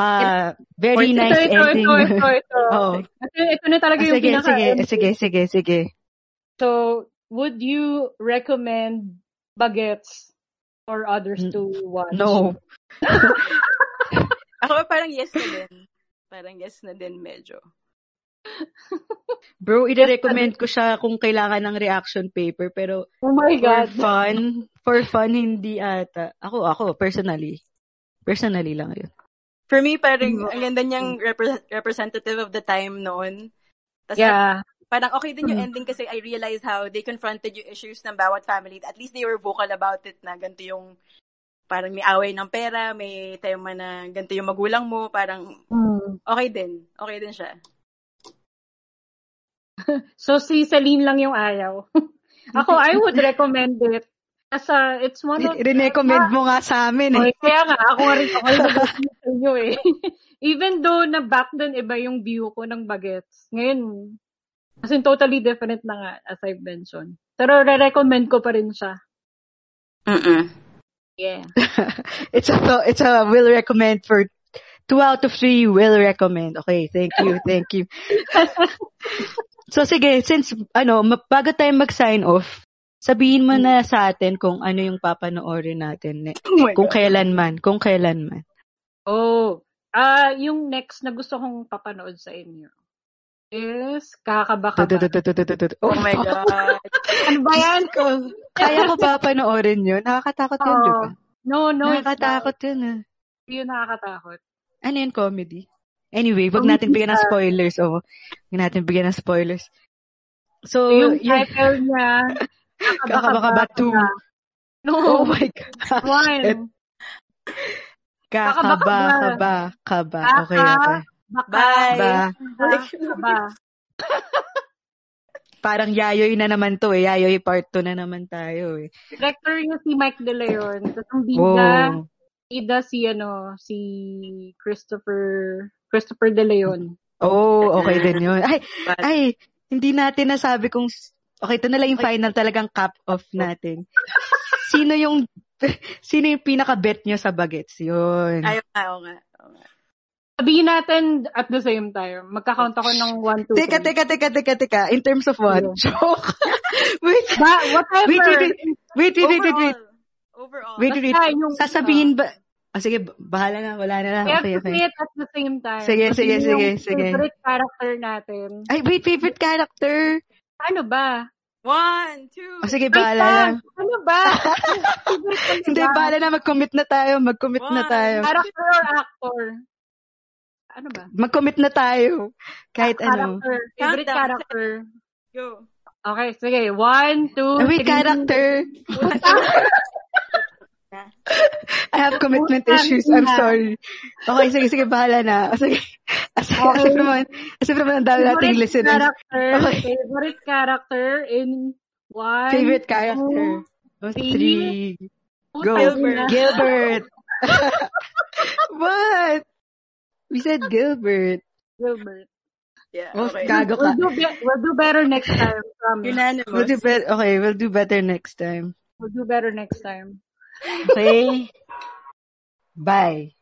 Uh, very
Ito,
nice
ito, ito,
ending.
Ito, ito, ito.
Oo. Ah,
Kasi ito na talaga yung
sige,
pinaka
sige, sige, sige, sige.
So, would you recommend baguettes for others
N-
to watch?
Mm. No.
Ako parang yes na din. Parang yes na din medyo.
Bro, i-recommend ko siya kung kailangan ng reaction paper, pero
Oh my
for
God.
fun, for fun, hindi ata. Ako, ako, personally. Personally lang yun.
For me, parang
Mm.
ang ganda niyang repre- representative of the time noon. Tas
Yeah.
parang okay din
Mm.
yung ending kasi I realized how they confronted yung issues ng bawat family. At least they were vocal about it na ganito yung parang may away ng pera, may tema na ganito yung magulang mo. Parang
Mm.
okay din. Okay din siya.
So, si Celine lang yung ayaw. Ako, I would recommend it. As a, it's one of...
I-recommend mo nga sa amin eh.
Okay, kaya nga, ako nga rin, ako rin nag-agree sa inyo eh. Even though na back then, iba yung view ko ng bagets. Ngayon, as in totally different na nga, as I've mentioned. Pero re-recommend ko pa rin siya.
Mm-mm.
Yeah.
It's a, it's a will recommend for two out of three will recommend. Okay, thank you, thank you. so sige, since ano, ma- bago tayo mag-sign off, sabihin mo na sa atin kung ano yung papanoorin natin. ne-
Oh my
Kung
God.
kailan man, kung kailan man.
Oh, ah yung next na gusto kong papanood sa inyo is Kakabaka. Ba.
Tututututututut.
Oh my God.
Ano ba yan?
Kaya ko ba panoorin yun? Nakakatakot yun, di ba?
Oo. Oh, No, Ah, no, it's
Nakakatakot yun ah.
not. Yun nakakatakot.
Ano yun, comedy? Anyway, wag natin bigyan ng spoilers. Oo, wag natin bigyan ng spoilers. So,
yung
yun,
title niya,
Kakabaka ba two?
Ba. No,
Oh my God.
one.
It- Kakaba,
Kakabaka ba?
kaba, kaba.
Kaka-
Okay, okay.
Baka,
Bye.
Ba,
Baka, ba.
parang yayoy na naman to eh. Yayoy part 2 na naman tayo eh.
Director niya si Mike De Leon. Tapos ang bida,
Wow.
bida si ano, si Christopher, Christopher De Leon.
Oh, okay din yun. Ay,
But-
ay, hindi natin nasabi kung... s- Okay, ito na lang yung final talagang cap off natin. Sino yung... Sino yung pinaka-bet nyo sa bagets? Yun.
Ayaw nga, oo nga. oo nga.
Sabihin natin at the same time. Magka-count ako ng 1, 2, 3.
Teka, teka, teka, teka, teka. In terms of what?
Ano?
Joke. wait,
Ba, Ah,
wait,
whatever.
wait, wait, wait, wait, wait, wait, wait,
Overall. Overall.
wait, wait,
Basta yung-
Sasabihin ba? Ah, sige, bahala na, wala na lang. Okay,
We have to
okay.
say it at the same time.
Sige,
Kasi
sige,
yun
sige,
yung
sige.
favorite character natin.
Ay, wait, favorite character.
Ano ba?
One, two.
O sige,
Wait
bahala
lang.
lang.
Ano ba? Favorite ano
Hindi,
ba?
bahala na. Mag-commit na tayo. Mag-commit na
One.
tayo.
Character or actor? Ano ba?
Mag-commit na tayo. Kahit ano.
Character. Favorite
Countdown.
character.
Go.
Okay, sige. One, two,
Ah, wait,
three.
character. I have commitment
Utang
issues. I'm
ina.
sorry. Okay, sige, sige, bahala na. O sige. As, as if naman, as if naman ang dami nating
Favorite
listeners.
character.
Okay.
Favorite character in one,
Favorite character. Two,
three.
three. Go.
Gilbert.
Gilbert. what? We said Gilbert.
Gilbert.
Yeah,
Oh,
okay.
gago ka.
We'll do, be- we'll do better next time. Promise.
We'll
Unanimous.
do bet- okay, we'll do better next time.
We'll do better next time.
Okay? Bye.